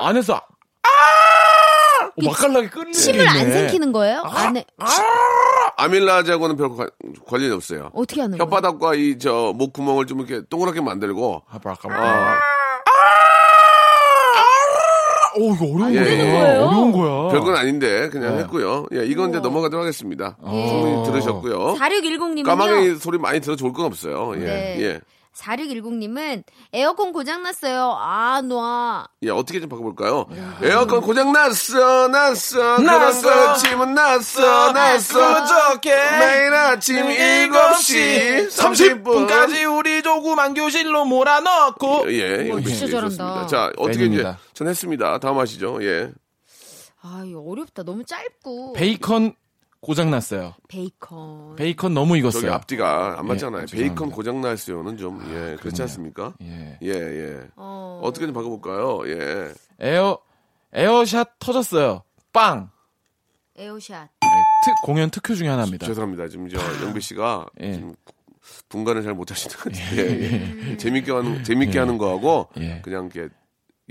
안에서 아- 어, 맛깔나게 끓네
침을 안 생기는 거예요? 안에
아밀라제하고는 별 관- 관련이 없어요.
어떻게 하는 거예요?
혓바닥과 이 저 목구멍을 좀 이렇게 동그랗게 만들고
아까봐 아! 오 이거 어려운
예,
거야
예.
어려운 거야
별건 아닌데 그냥 했고요. 예, 이건 이제 넘어가도록 하겠습니다. 충분히
어?
들으셨고요.
4610님은요.
까마귀 소리 많이 들어 좋을 건 없어요. 예,
네.
예,
4610님은 에어컨 고장 났어요. 아, 놔.
예, 어떻게 좀 바꿔볼까요? 에어컨 고장 났어, 났어, 났어, 그런 아침은 났어, 났어.
그저께
매일 아침 7시 30분까지.
우리 조금 안교실로 몰아넣고
예, 예, 이렇게
진짜
예,
잘한다.
좋습니다. 자, 어떻게 이제
팬입니다.
전 했습니다. 다음 하시죠. 예.
아, 이거 어렵다. 너무 짧고.
베이컨 고장 났어요
베이컨.
베이컨 너무 익었어요 예,
저기 앞뒤가 안 맞잖아요. 베이컨
죄송합니다. 아,
고장 날수요는 좀 예, 그렇지 않습니까?
예.
예, 예.
어.
어떻게 좀 바꿔볼까요? 예.
에어 에어샷 터졌어요 빵
에어샷.
네, 특- 공연 특효 중에 하나입니다
죄송합니다. 지금 저 영배 씨가
예.
지금 분간을 잘 못하시는 것 같아요. 예, 예. 재밌게 하는 재밌게 하는 거하고
예.
그냥 이렇게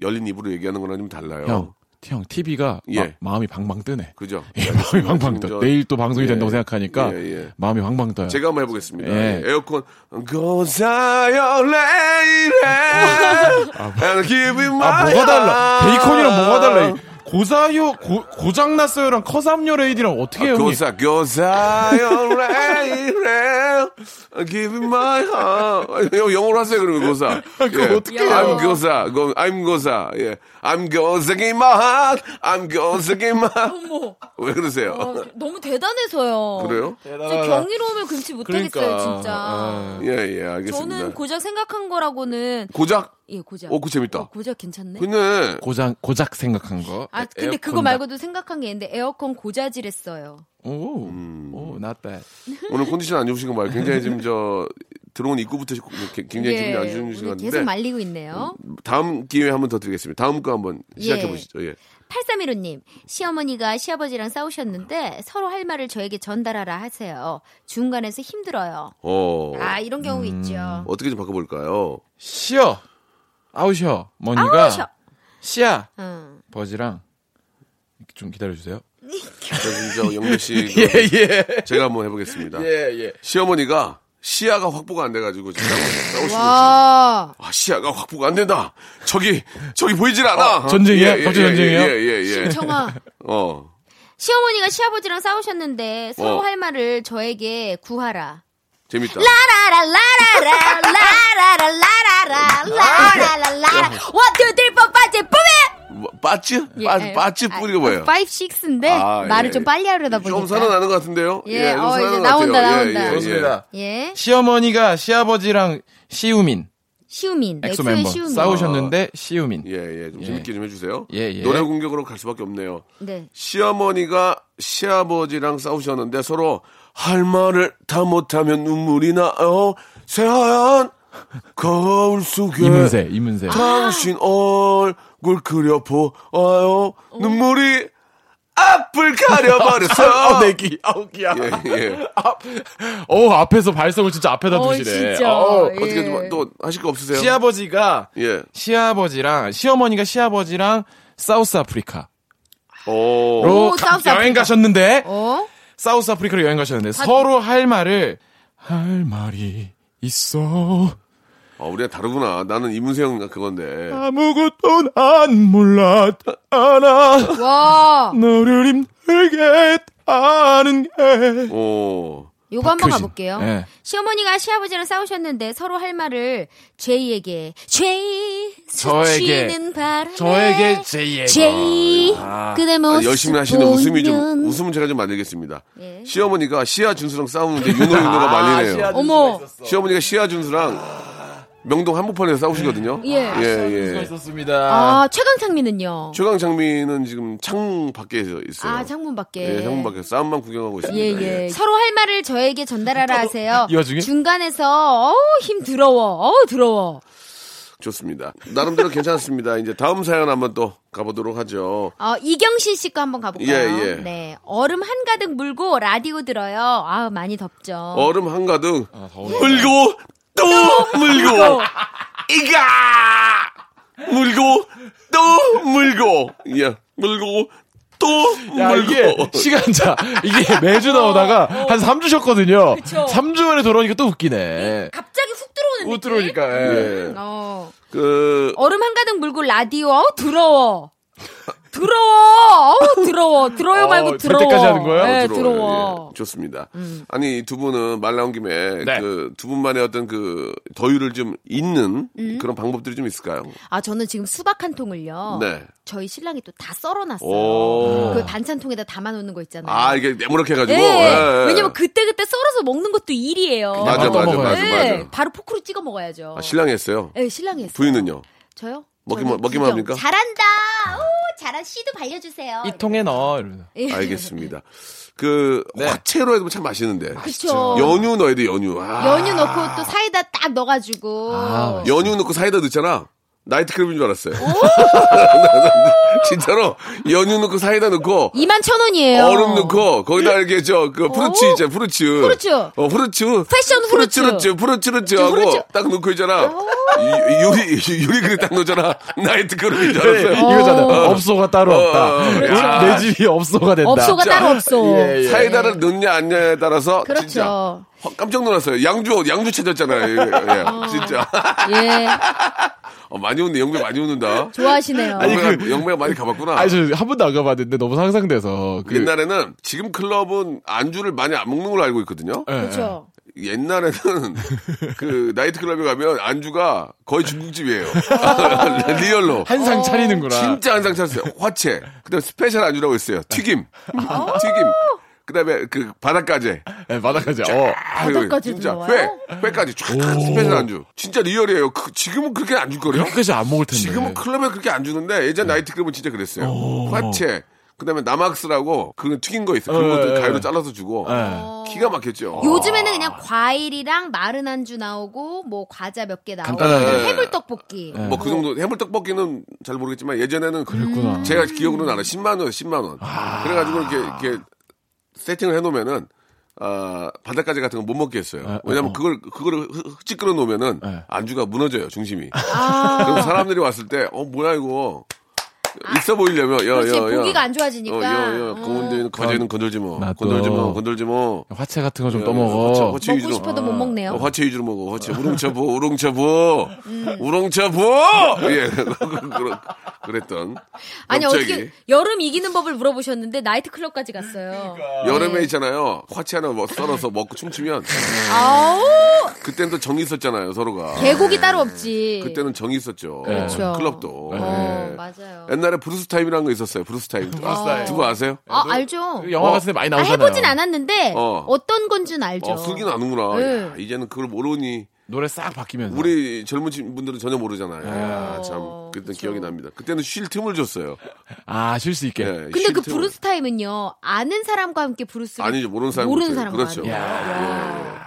열린 입으로 얘기하는 거랑 좀 달라요.
형 형 TV가
예.
마음이 방방 뜨네.
그죠?
예, 마음이 방방
지금
떠.
저-
내일 또 방송이
예.
된다고 생각하니까
예, 예.
마음이 방방 떠요.
제가 한번 해보겠습니다.
예.
에어컨 Cause I'm your lady And give me
뭐- 아
my
뭐가 달라?
heart.
베이컨이랑 뭐가 달라? 이 고사요 고, 고장났어요랑 커삼요 레이디랑
아,
어떻게 해요? 예, 형님?
Cause I- Cause I'm your lady And 아, give me my heart 아, 형, 영어로 하세요 그러면 고사 예.
아, 어떻게
해요?
I'm 고사 고- I'm 고사 예. I'm goes in my heart I'm goes in my heart
어머,
왜
아,
그러세요?
너무 대단해서요.
그래요?
진짜 경이로우면 금치 못하겠어요,
그러니까.
진짜.
아.
예예 알겠습니다
저는 고작 생각한 거라고는
고작?
예 고작.
오, 그 재밌다.
어, 고작 괜찮네.
근데
고장 고작 생각한 거.
아 근데 그거 말고도 생각한 게 있는데 에어컨 고자질했어요.
오, 오, not bad.
오늘 컨디션 안 좋으신 거 봐요. 굉장히 지금 저 들어온 입구부터 굉장히 기분이 안 좋으신 것
오늘
같은데
예, 계속 말리고 있네요.
다음 기회에 한번 더 드리겠습니다. 다음 거 한번 시작해 보시죠. 예.
8315님, 시어머니가 시아버지랑 싸우셨는데 서로 할 말을 저에게 전달하라 하세요. 중간에서 힘들어요.
어. 뭐.
아, 이런 경우 있죠.
어떻게 좀 바꿔 볼까요?
시어 아우셔 머니가
아우, 셔.
시야
음.
응.
버지랑 좀 기다려주세요.
진짜 영미 씨그
*laughs* 예예
제가 한번 해 보겠습니다.
예예.
시어머니가 시야가 확보가 안 돼 가지고 지금 싸우시고 있어요.
와,
아, 시야가 확보가 안 된다. 저기 저기 보이질 않아.
어, 전쟁이야?
예, 예,
갑자기
예,
전쟁이야?
예, 예, 예. *laughs*
청아.
어.
시어머니가 시아버지랑 싸우셨는데 서로
어.
할 말을 저에게 구하라.
재밌다.
아,
라라라
예.
라라라 라라라 라라라 라라라 라라 원투들포 빠지 뿜에
뭐, 빠찌?
예,
예,
빠, 빠찌 뿌리가 뭐예요?
5, 6인데
아, 예.
말을 좀 빨리 하려다 보니까
좀 살아나는 것 같은데요?
예,
좀
어, 이제
살아나는 것
나온다,
같아요. 예,
나온다.
좋습니다.
예
시어머니가 시아버지랑 시우민
시우민
엑소
넥소의
멤버
네, 시우민
싸우셨는데 시우민.
예, 예, 좀 재밌게 좀 해주세요.
예, 예.
노래 공격으로 갈 수밖에 없네요.
네.
시어머니가 시아버지랑 싸우셨는데 서로 할 말을 다 못하면 눈물이 나요. 어? 새하얀 거울 속에
이문세 이문세.
당신 얼굴 그려보아요. 눈물이 앞을 가려버렸어.
내기 *laughs* 아우 네. 귀야.
예, 예.
어 앞에서 발성을 진짜 앞에다
어,
두시네.
진짜.
어우,
예.
어떻게 좀 또 하실 거 없으세요?
시아버지가
예.
시아버지랑 시어머니가 시아버지랑 사우스 아프리카로
오.
오,
가-
사우스
여행
아프리카.
가셨는데
어?
사우스 아프리카로 여행 가셨는데 서로 할 말을 할 말이 있어
아, 우리가 다르구나. 나는 이문세형 그건데.
아무것도 안 몰랐잖아
와
너를 힘들게 하는 게
오.
요거 한번
박효신.
가볼게요
예.
시어머니가 시아버지랑 싸우셨는데 서로 할 말을 제이에게 제이
저에게,
스치는 바람에
저에게 제이에게.
제이 그대
아,
모습
열심히 하시는 웃음이 좀,
보면.
웃음은 제가 좀 만들겠습니다.
예.
시어머니가 시아 준수랑 싸우는데 윤호 윤호가 말리네요.
어머
시어머니가 시아 준수랑 명동 한복판에서 싸우시거든요.
예.
예,
수가
예.
있었습니다
아 최강창민은요
최강 장미는 지금 창 밖에 있어요.
아 창문 밖에
예, 창문 밖에 싸움만 구경하고 있습니다.
예, 예. 서로 할 말을 저에게 전달하라 하세요.
*laughs* 이 와중에?
중간에서, 어우, 힘 들어워. 어우, 들어워.
좋습니다. 나름대로 괜찮습니다. 이제 다음 사연 한번 또 가보도록 하죠.
어, 이경신 씨 거 한번 가볼까요?
예, 예.
네. 얼음 한가득 물고 라디오 들어요. 아 많이 덥죠.
얼음 한가득
더워요.
물고 또 물고 이가 물고 또 물고 예 물고 또
야,
물고
이게 시간차. 이게 매주 나오다가 한 3주 쉬었거든요.
어, 그쵸.
3주 만에 돌아오니까 또 웃기네.
갑자기 훅 들어오는
못
느낌.
들어오니까, 예.
예.
어.
그
얼음 한가득 물고 라디오. 어우, 들어워. 들어워. 어우, 들어워. 들어요
어,
말고 들어워.
그때까지 하는 거예요?
네,
들어와요.
들어워.
예, 좋습니다. 아니 두 분은 말 나온 김에
네.
그 두 분만의 어떤 그 더위를 좀 잇는 그런 방법들이 좀 있을까요?
아, 저는 지금 수박 한 통을요.
네.
저희 신랑이 또 다 썰어놨어요.
오.
그 반찬통에다 담아놓는 거 있잖아요.
아 이게 네모나게 해가지고
예.
예, 예.
왜냐면 그때그때 썰어서 먹는 것도 일이에요.
맞아 맞아
떠먹어요.
맞아
예.
맞아.
바로 포크로 찍어 먹어야죠.
아, 신랑이 했어요.
예, 신랑이 했어요.
부인은요?
저요?
먹기만-
저는
먹기만
진정.
합니까?
잘한다. 오, 잘한 씨도 발려주세요.
이 통에 넣어.
네.
이러면서.
예.
알겠습니다. 그
네.
화채로 해도 참 맛있는데.
*laughs* 그쵸.
연유 넣어야 돼 연유. 아.
연유 넣고 또 사이다 딱 넣어가지고.
아,
연유 넣고 사이다 넣잖아. 나이트클럽인 줄 알았어요. *laughs* 진짜로 연유 넣고 사이다 넣고
2만 천 원이에요.
얼음 넣고 거기다 이렇게 저그 프루츠
오.
있잖아 프루츠
후르츠.
어 후르츠
패션 후르츠.
후르츠 후르츠 후르츠 하고
후르츠.
딱 넣고 있잖아 유- 유리 유리 그릇 딱 넣잖아 *laughs* 나이트클럽인 줄 알았어요.
이거잖아.
네. 어.
업소가 따로
어,
없다.
어,
우리
그렇죠.
내 집이 업소가 된다.
업소가 따로 없어.
예, 예.
사이다를 넣냐 안 넣냐에 따라서
그렇죠.
진짜 확 깜짝 놀랐어요. 양주 양주 찾았잖아요. 예, 예. 진짜
예,
어, 많이 웃네 영배 많이 웃는다.
좋아하시네요.
아니,
영배가,
그-
영배가 많이 가봤구나.
아니 저 한 번도 안 가봤는데 너무 상상돼서 그-
옛날에는 지금 클럽은 안주를 많이 안 먹는 걸로 알고 있거든요.
예, 예.
그렇죠.
*laughs*
옛날에는 그 나이트 클럽에 가면 안주가 거의 중국집이에요.
아.
*laughs* 리얼로.
한상 차리는구나.
진짜 한상 찼어요. 화채. 그다음 에 스페셜 안주라고 있어요. 튀김.
아.
튀김. 그다음에 그 네, 바닷가재.
예, 바닥까지. 어.
바닷가재
진짜 회.
들어와요?
회까지 쫙 스페셜 안주. 진짜 리얼이에요. 그- 지금은 그렇게 안 줄 거예요.
그렇게까지 안 먹을 텐데. 네.
지금은 클럽에 그렇게 안 주는데 예전 나이트 클럽은 진짜 그랬어요. 화채. 그다음에 남악스라고 그 튀긴 거 있어요. 그런
예,
것도
예.
가위로 잘라서 주고.
예.
기가 막혔죠.
요즘에는 그냥 과일이랑 마른 안주 나오고 뭐 과자 몇 개 나오고
간단하게.
해물 떡볶이.
뭐 그 정도 해물 떡볶이는 잘 모르겠지만 예전에는
그랬구나. 아.
제가 기억으로는 알아 10만 원, 10만 원. 그래가지고 이렇게 이렇게 세팅을 해놓으면은 아 바닷가재 같은 거 못 먹게 했어요.
에,
왜냐면
어.
그걸 그거를 흙집 끌어 놓으면은
에.
안주가 무너져요 중심이.
아,
그럼 사람들이 왔을 때 어 뭐야 이거 있어 보이려면 야,
그렇지
야, 야.
보기가 안
어,
좋아지니까.
야, 야,
어.
가운데는 과제는 건들지 뭐,
나 또-
건들지 뭐, 건들지 뭐.
화채 같은 거 좀
야,
떠먹어.
화채
먹고
위주로.
싶어도 못 먹네요. 음.
어, 화채 위주로 먹어. 화채 우롱차보, 우롱차보, 우롱차보. 예, *laughs* 그런 그랬던.
아니
갑자기
어떻게 여름 이기는 법을 물어보셨는데 나이트 클럽까지 갔어요. 네.
여름에 있잖아요. 화채 하나 뭐 썰어서 먹고 춤추면
아우
그때는 또 정이 있었잖아요 서로가.
계곡이 따로 없지.
그때는 정이 있었죠.
네.
네.
그렇죠.
클럽도.
어,
예.
맞아요.
옛날에 브루스 타임이라는 거 있었어요. 브루스 타임.
타임.
누구 아세요?
아 알죠.
영화 같은 데 많이
아,
나오잖아요.
해보진 않았는데
네. 어.
어. 떤 건지는 알죠.
어, 쓰긴 아는구나.
예.
야, 이제는 그걸 모르니
노래 싹 바뀌면서.
우리 젊은 친- 분들은 전혀 모르잖아요. 야, 참 그때
어, 그쵸.
기억이 납니다. 그때는 쉴 틈을 줬어요.
아, 쉴 수 있게.
예,
근데
쉴
그
틈을-
브루스 타임은요 아는 사람과 함께 브루스
아니죠 모르는 사람
모르는
같아요.
사람과
그렇죠.
함께.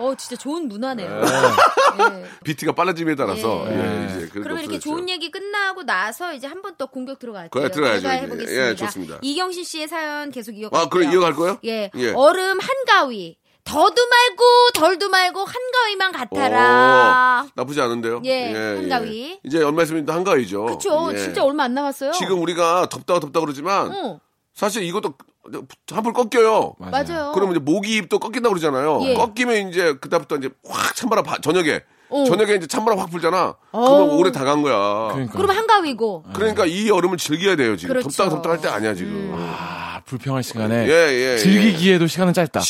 어 진짜 좋은 문화네요. 예.
비트가 빨라짐에 따라서
예.
예, 이제 그런
그러면
게
이렇게
없어졌죠.
좋은 얘기 끝나고 나서 이제 한 번 더 공격 들어갈게요.
그래, 들어가야죠,
제가
이제.
해보겠습니다.
예, 좋습니다.
이경신 씨의 사연 계속 이어갈게요.
아, 그럼 이어갈 거요?
예.
예.
얼음 한가위. 더도 말고 덜도 말고 한가위만 같아라.
오, 나쁘지 않은데요.
예, 한가위.
이제 얼마 있으면 또 한가위죠.
그쵸.
예.
진짜 얼마 안 남았어요.
지금 우리가 덥다 덥다 그러지만
어,
사실 이것도 한풀 꺾여요.
맞아요.
그러면 이제 모기 입도 꺾인다 고 그러잖아요.
예.
꺾이면 이제 그다음부터 이제 확 찬바람 바- 저녁에
어.
저녁에 이제 찬바람 확 불잖아.
어.
그러면 오래 다 간 거야.
그러니까.
그럼 한가위고.
그러니까 이 여름을 즐겨야 돼요 지금
그렇죠. 음.
덥다 덥다 할 때 아니야 지금
아, 불평할 시간에.
예, 예, 예.
즐기기에도 시간은 짧다.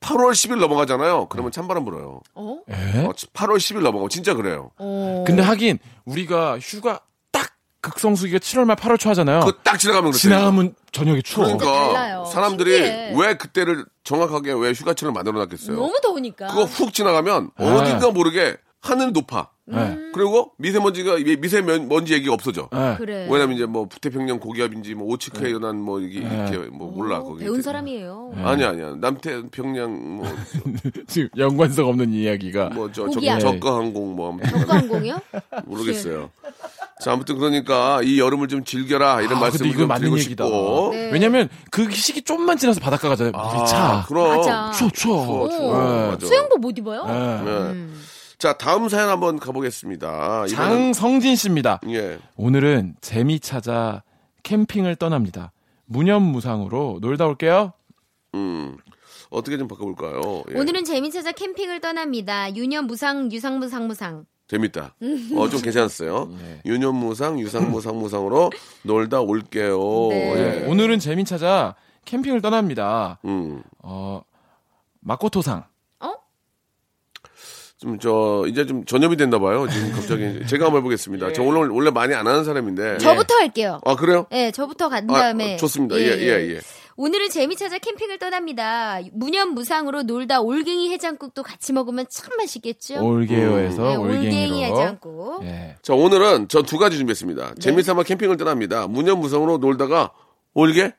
8월 10일 넘어가잖아요 그러면 찬바람 불어요
어?
예?
어, 8월 10일 넘어가고 진짜 그래요
어.
근데 하긴 우리가 휴가 딱 극성수기가 7월 말 8월 초 하잖아요.
그거 딱 지나가면 그래요
지나가면 저녁에 추워.
진짜 달라요.
그러니까 사람들이
신기해.
왜 그때를 정확하게 왜 휴가철을 만들어 놨겠어요
너무 더우니까.
그거 훅 지나가면
아.
어딘가 모르게 하늘이 높아
음,
예.
그리고 미세먼지가 미세먼지 얘기가 없어져
예.
그래.
왜냐면 이제 뭐 부태평양 고기압인지 뭐 오츠크에
네.
일어난 뭐 이게 이렇게 뭐 몰라
어,
거기 네.
배운 사람이에요.
아니 아니야 남태평양 뭐
*laughs* 지금 연관성 없는 이야기가
뭐저
고기압. 네.
저가 항공 뭐 아무튼
저가항공이요?
모르겠어요. 자 아무튼 그러니까 이 여름을 좀 즐겨라 이런
아,
말씀을
근데 이거
좀
맞는
드리고
얘기다.
싶고.
네.
왜냐면 그 시기 좀만 지나서 바닷가 가잖아요. 네. 물이 차.
그럼.
맞아.
추워 추워.
추워, 추워.
예.
맞아.
수영복 못 입어요?
예.
네.
음.
자 다음 사연 한번 가보겠습니다. 이번엔-
네. 장성진 씨입니다.
예.
오늘은 재미 찾아 캠핑을 떠납니다. 무념무상으로 놀다 올게요.
음 어떻게 좀 바꿔볼까요? 예.
오늘은 재미 찾아 캠핑을 떠납니다. 유년 무상 유상 무상 무상.
재밌다. 어 좀 괜찮았어요. 유년무상 유상무상무상으로 놀다 올게요.
네.
예.
오늘은 재미 찾아 캠핑을 떠납니다.
음.
어, 마코토상.
어?
좀 저 이제 좀 전염이 됐나 봐요. 지금 갑자기 제가 한번 해보겠습니다. 저 원래 원래 많이 안 하는 사람인데.
네. 저부터 할게요.
아 그래요?
예, 저부터 간
예. 아,
다음에.
어, 좋습니다. 예, 예, 예.
오늘은 재미 찾아 캠핑을 떠납니다. 무념무상으로 놀다 올갱이 해장국도 같이 먹으면 참 맛있겠죠?
올게요에서
네,
어,
올갱이
올갱이로.
해장국.
예.
자, 오늘은 저 두 가지 준비했습니다.
네.
재미삼아 캠핑을 떠납니다. 무념무상으로 놀다가 올게?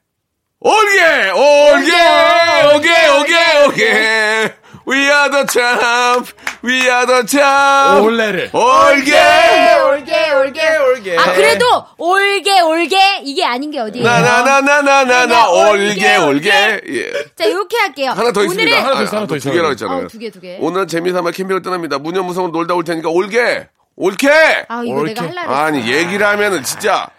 올게! 올게! 올게! 올게! 올게! We are the champ! We are the champ!
올레를.
올게!
올게 올게
예.
아 그래도 올게 올게 이게 아닌 게 어디예요?
나나나나나나나 올게
올게,
올게. 예.
자 이렇게 할게요.
하나 더
오늘은
있습니다. 하나 더
있어요, 하나
있어요.
더
두
있어요.
개라고 했잖아요.
어, 두 개, 두 개.
오늘 재미삼아 캠핑을 떠납니다. 무념무성은 놀다 올 테니까 올게 올게.
아 이거
올게.
내가 할라 그랬어.
아니 얘기를 하면은 진짜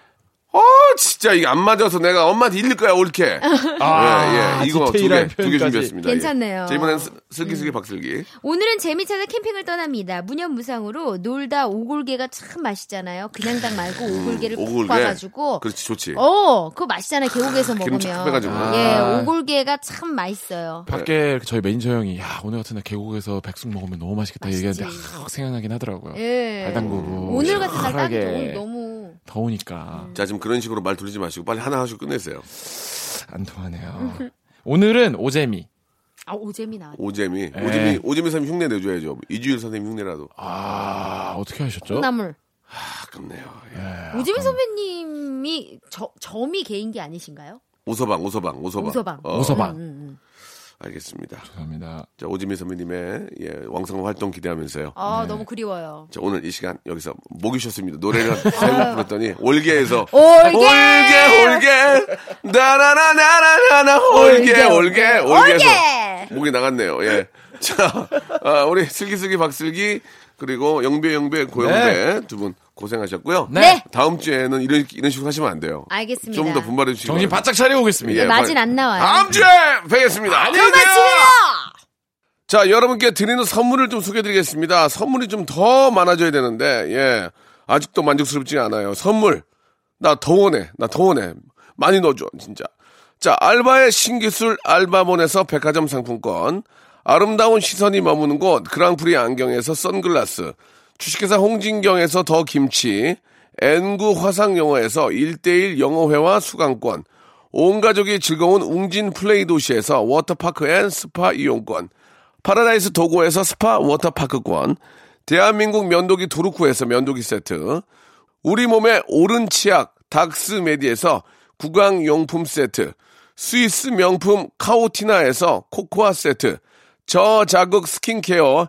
어 진짜 이게 안 맞아서 내가 엄마한테 일릴 거야 올케
아,
예, 예. 이거 두 개 두 개
디테일한 표현까지.
준비했습니다
괜찮네요. 음.
예. 자 이번엔 슬- 슬기슬기 박슬기
오늘은 재미찾아 캠핑을 떠납니다. 무념무상으로 놀다 오골개가 참 맛있잖아요. 그냥 닭 말고 오골개를 푹
음, 오골개.
봐가지고.
그렇지 좋지
어, 그거 맛있잖아요. 계곡에서
기름
먹으면.
쫙 빼가지고.
아.
예, 오골개가 참 맛있어요.
밖에 이렇게 저희 매니저 형이 야 오늘 같은 날 계곡에서 백숙 먹으면 너무 맛있겠다
맛있지.
얘기하는데 확 생각나긴 하더라고요.
예.
발 담그고
오늘 같은 날
시원하게
따뜻해. 오늘 너무. 음.
더우니까
자 지금 그런 식으로 말 돌리지 마시고 빨리 하나 하시고 끝내세요
안 통하네요. 오늘은 오재미.
아, 오재미 나왔다.
오재미 오재미 오재미 선생님 흉내 내줘야죠 이주일 선생님 흉내라도
아 어떻게 하셨죠?
콩나물.
아깝네요 예.
오재미 선배님이 저, 점이 개인 게 아니신가요?
오서방 오서방 오서방
오서방.
어,
오서방.
알겠습니다
감사합니다.
자 오재미 선배님의 예, 왕성한 활동 기대하면서요
아, 너무 그리워요.
자, 오늘 이 시간 여기서 목이 쉬었습니다.
*laughs*
노래를 잘못 불렀더니 올게에서
올게!
올게 올게 나나나나나나 올게 올게 올게에서 목이 나갔네요. 예. 자, 아, 우리 슬기슬기 박슬기 그리고 영배 영배 고영배 두 분 고생하셨고요.
네.
다음 주에는 이런 이런 식으로 하시면 안 돼요.
알겠습니다.
좀 더 분발해 주시고
정신 바짝 차리고 오겠습니다.
예,
맞진
빨리.
안 나와요.
다음 주에 뵙겠습니다. 안녕히 계세요. 자, 여러분께 드리는 선물을 좀 소개드리겠습니다. 해 선물이 좀 더 많아져야 되는데, 예. 아직도 만족스럽지 않아요. 선물. 나 더 원해. 나 더 원해. 많이 넣어줘, 진짜. 자, 알바의 신기술 알바몬에서 백화점 상품권. 아름다운 시선이 머무는 곳 그랑프리 안경에서 선글라스. 주식회사 홍진경에서 더 김치. N구 화상영어에서 일대일 영어회화 수강권. 온 가족이 즐거운 웅진 플레이 도시에서 워터파크 앤 스파 이용권. 파라다이스 도고에서 스파 워터파크권, 대한민국 면도기 도루쿠에서 면도기 세트, 우리 몸의 오른 치약 닥스메디에서 구강용품 세트, 스위스 명품 카오티나에서 코코아 세트, 저자극 스킨케어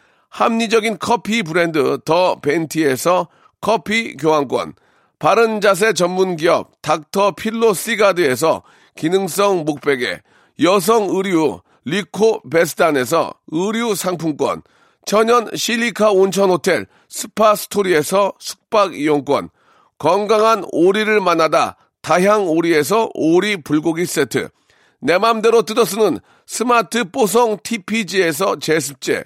합리적인 커피 브랜드 더 벤티에서 커피 교환권 바른 자세 전문 기업 닥터 필로 시가드에서 기능성 목베개, 여성 의류 리코 베스단에서 의류 상품권, 천연 실리카 온천 호텔 스파 스토리에서 숙박 이용권, 건강한 오리를 만나다 다향 오리에서 오리 불고기 세트, 내 맘대로 뜯어 쓰는 스마트 뽀송 TPG에서 제습제,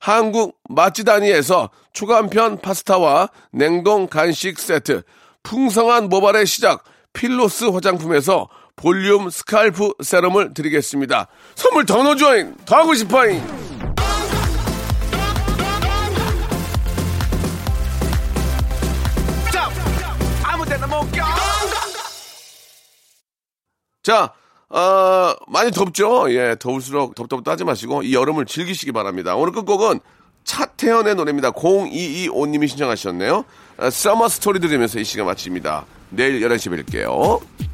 한국 맛지다니에서 초간편 파스타와 냉동 간식 세트, 풍성한 모발의 시작 필로스 화장품에서 볼륨 스칼프 세럼을 드리겠습니다. 선물 더 넣어줘잉! 더 하고 싶어잉! 자, 어, 많이 덥죠? 예, 더울수록 덥덥 따지 마시고 이 여름을 즐기시기 바랍니다. 오늘 끝곡은 차태현의 노래입니다. 0225님이 신청하셨네요. 어, 서머 스토리 들으면서 이 시간 마칩니다. 내일 11시 뵐게요.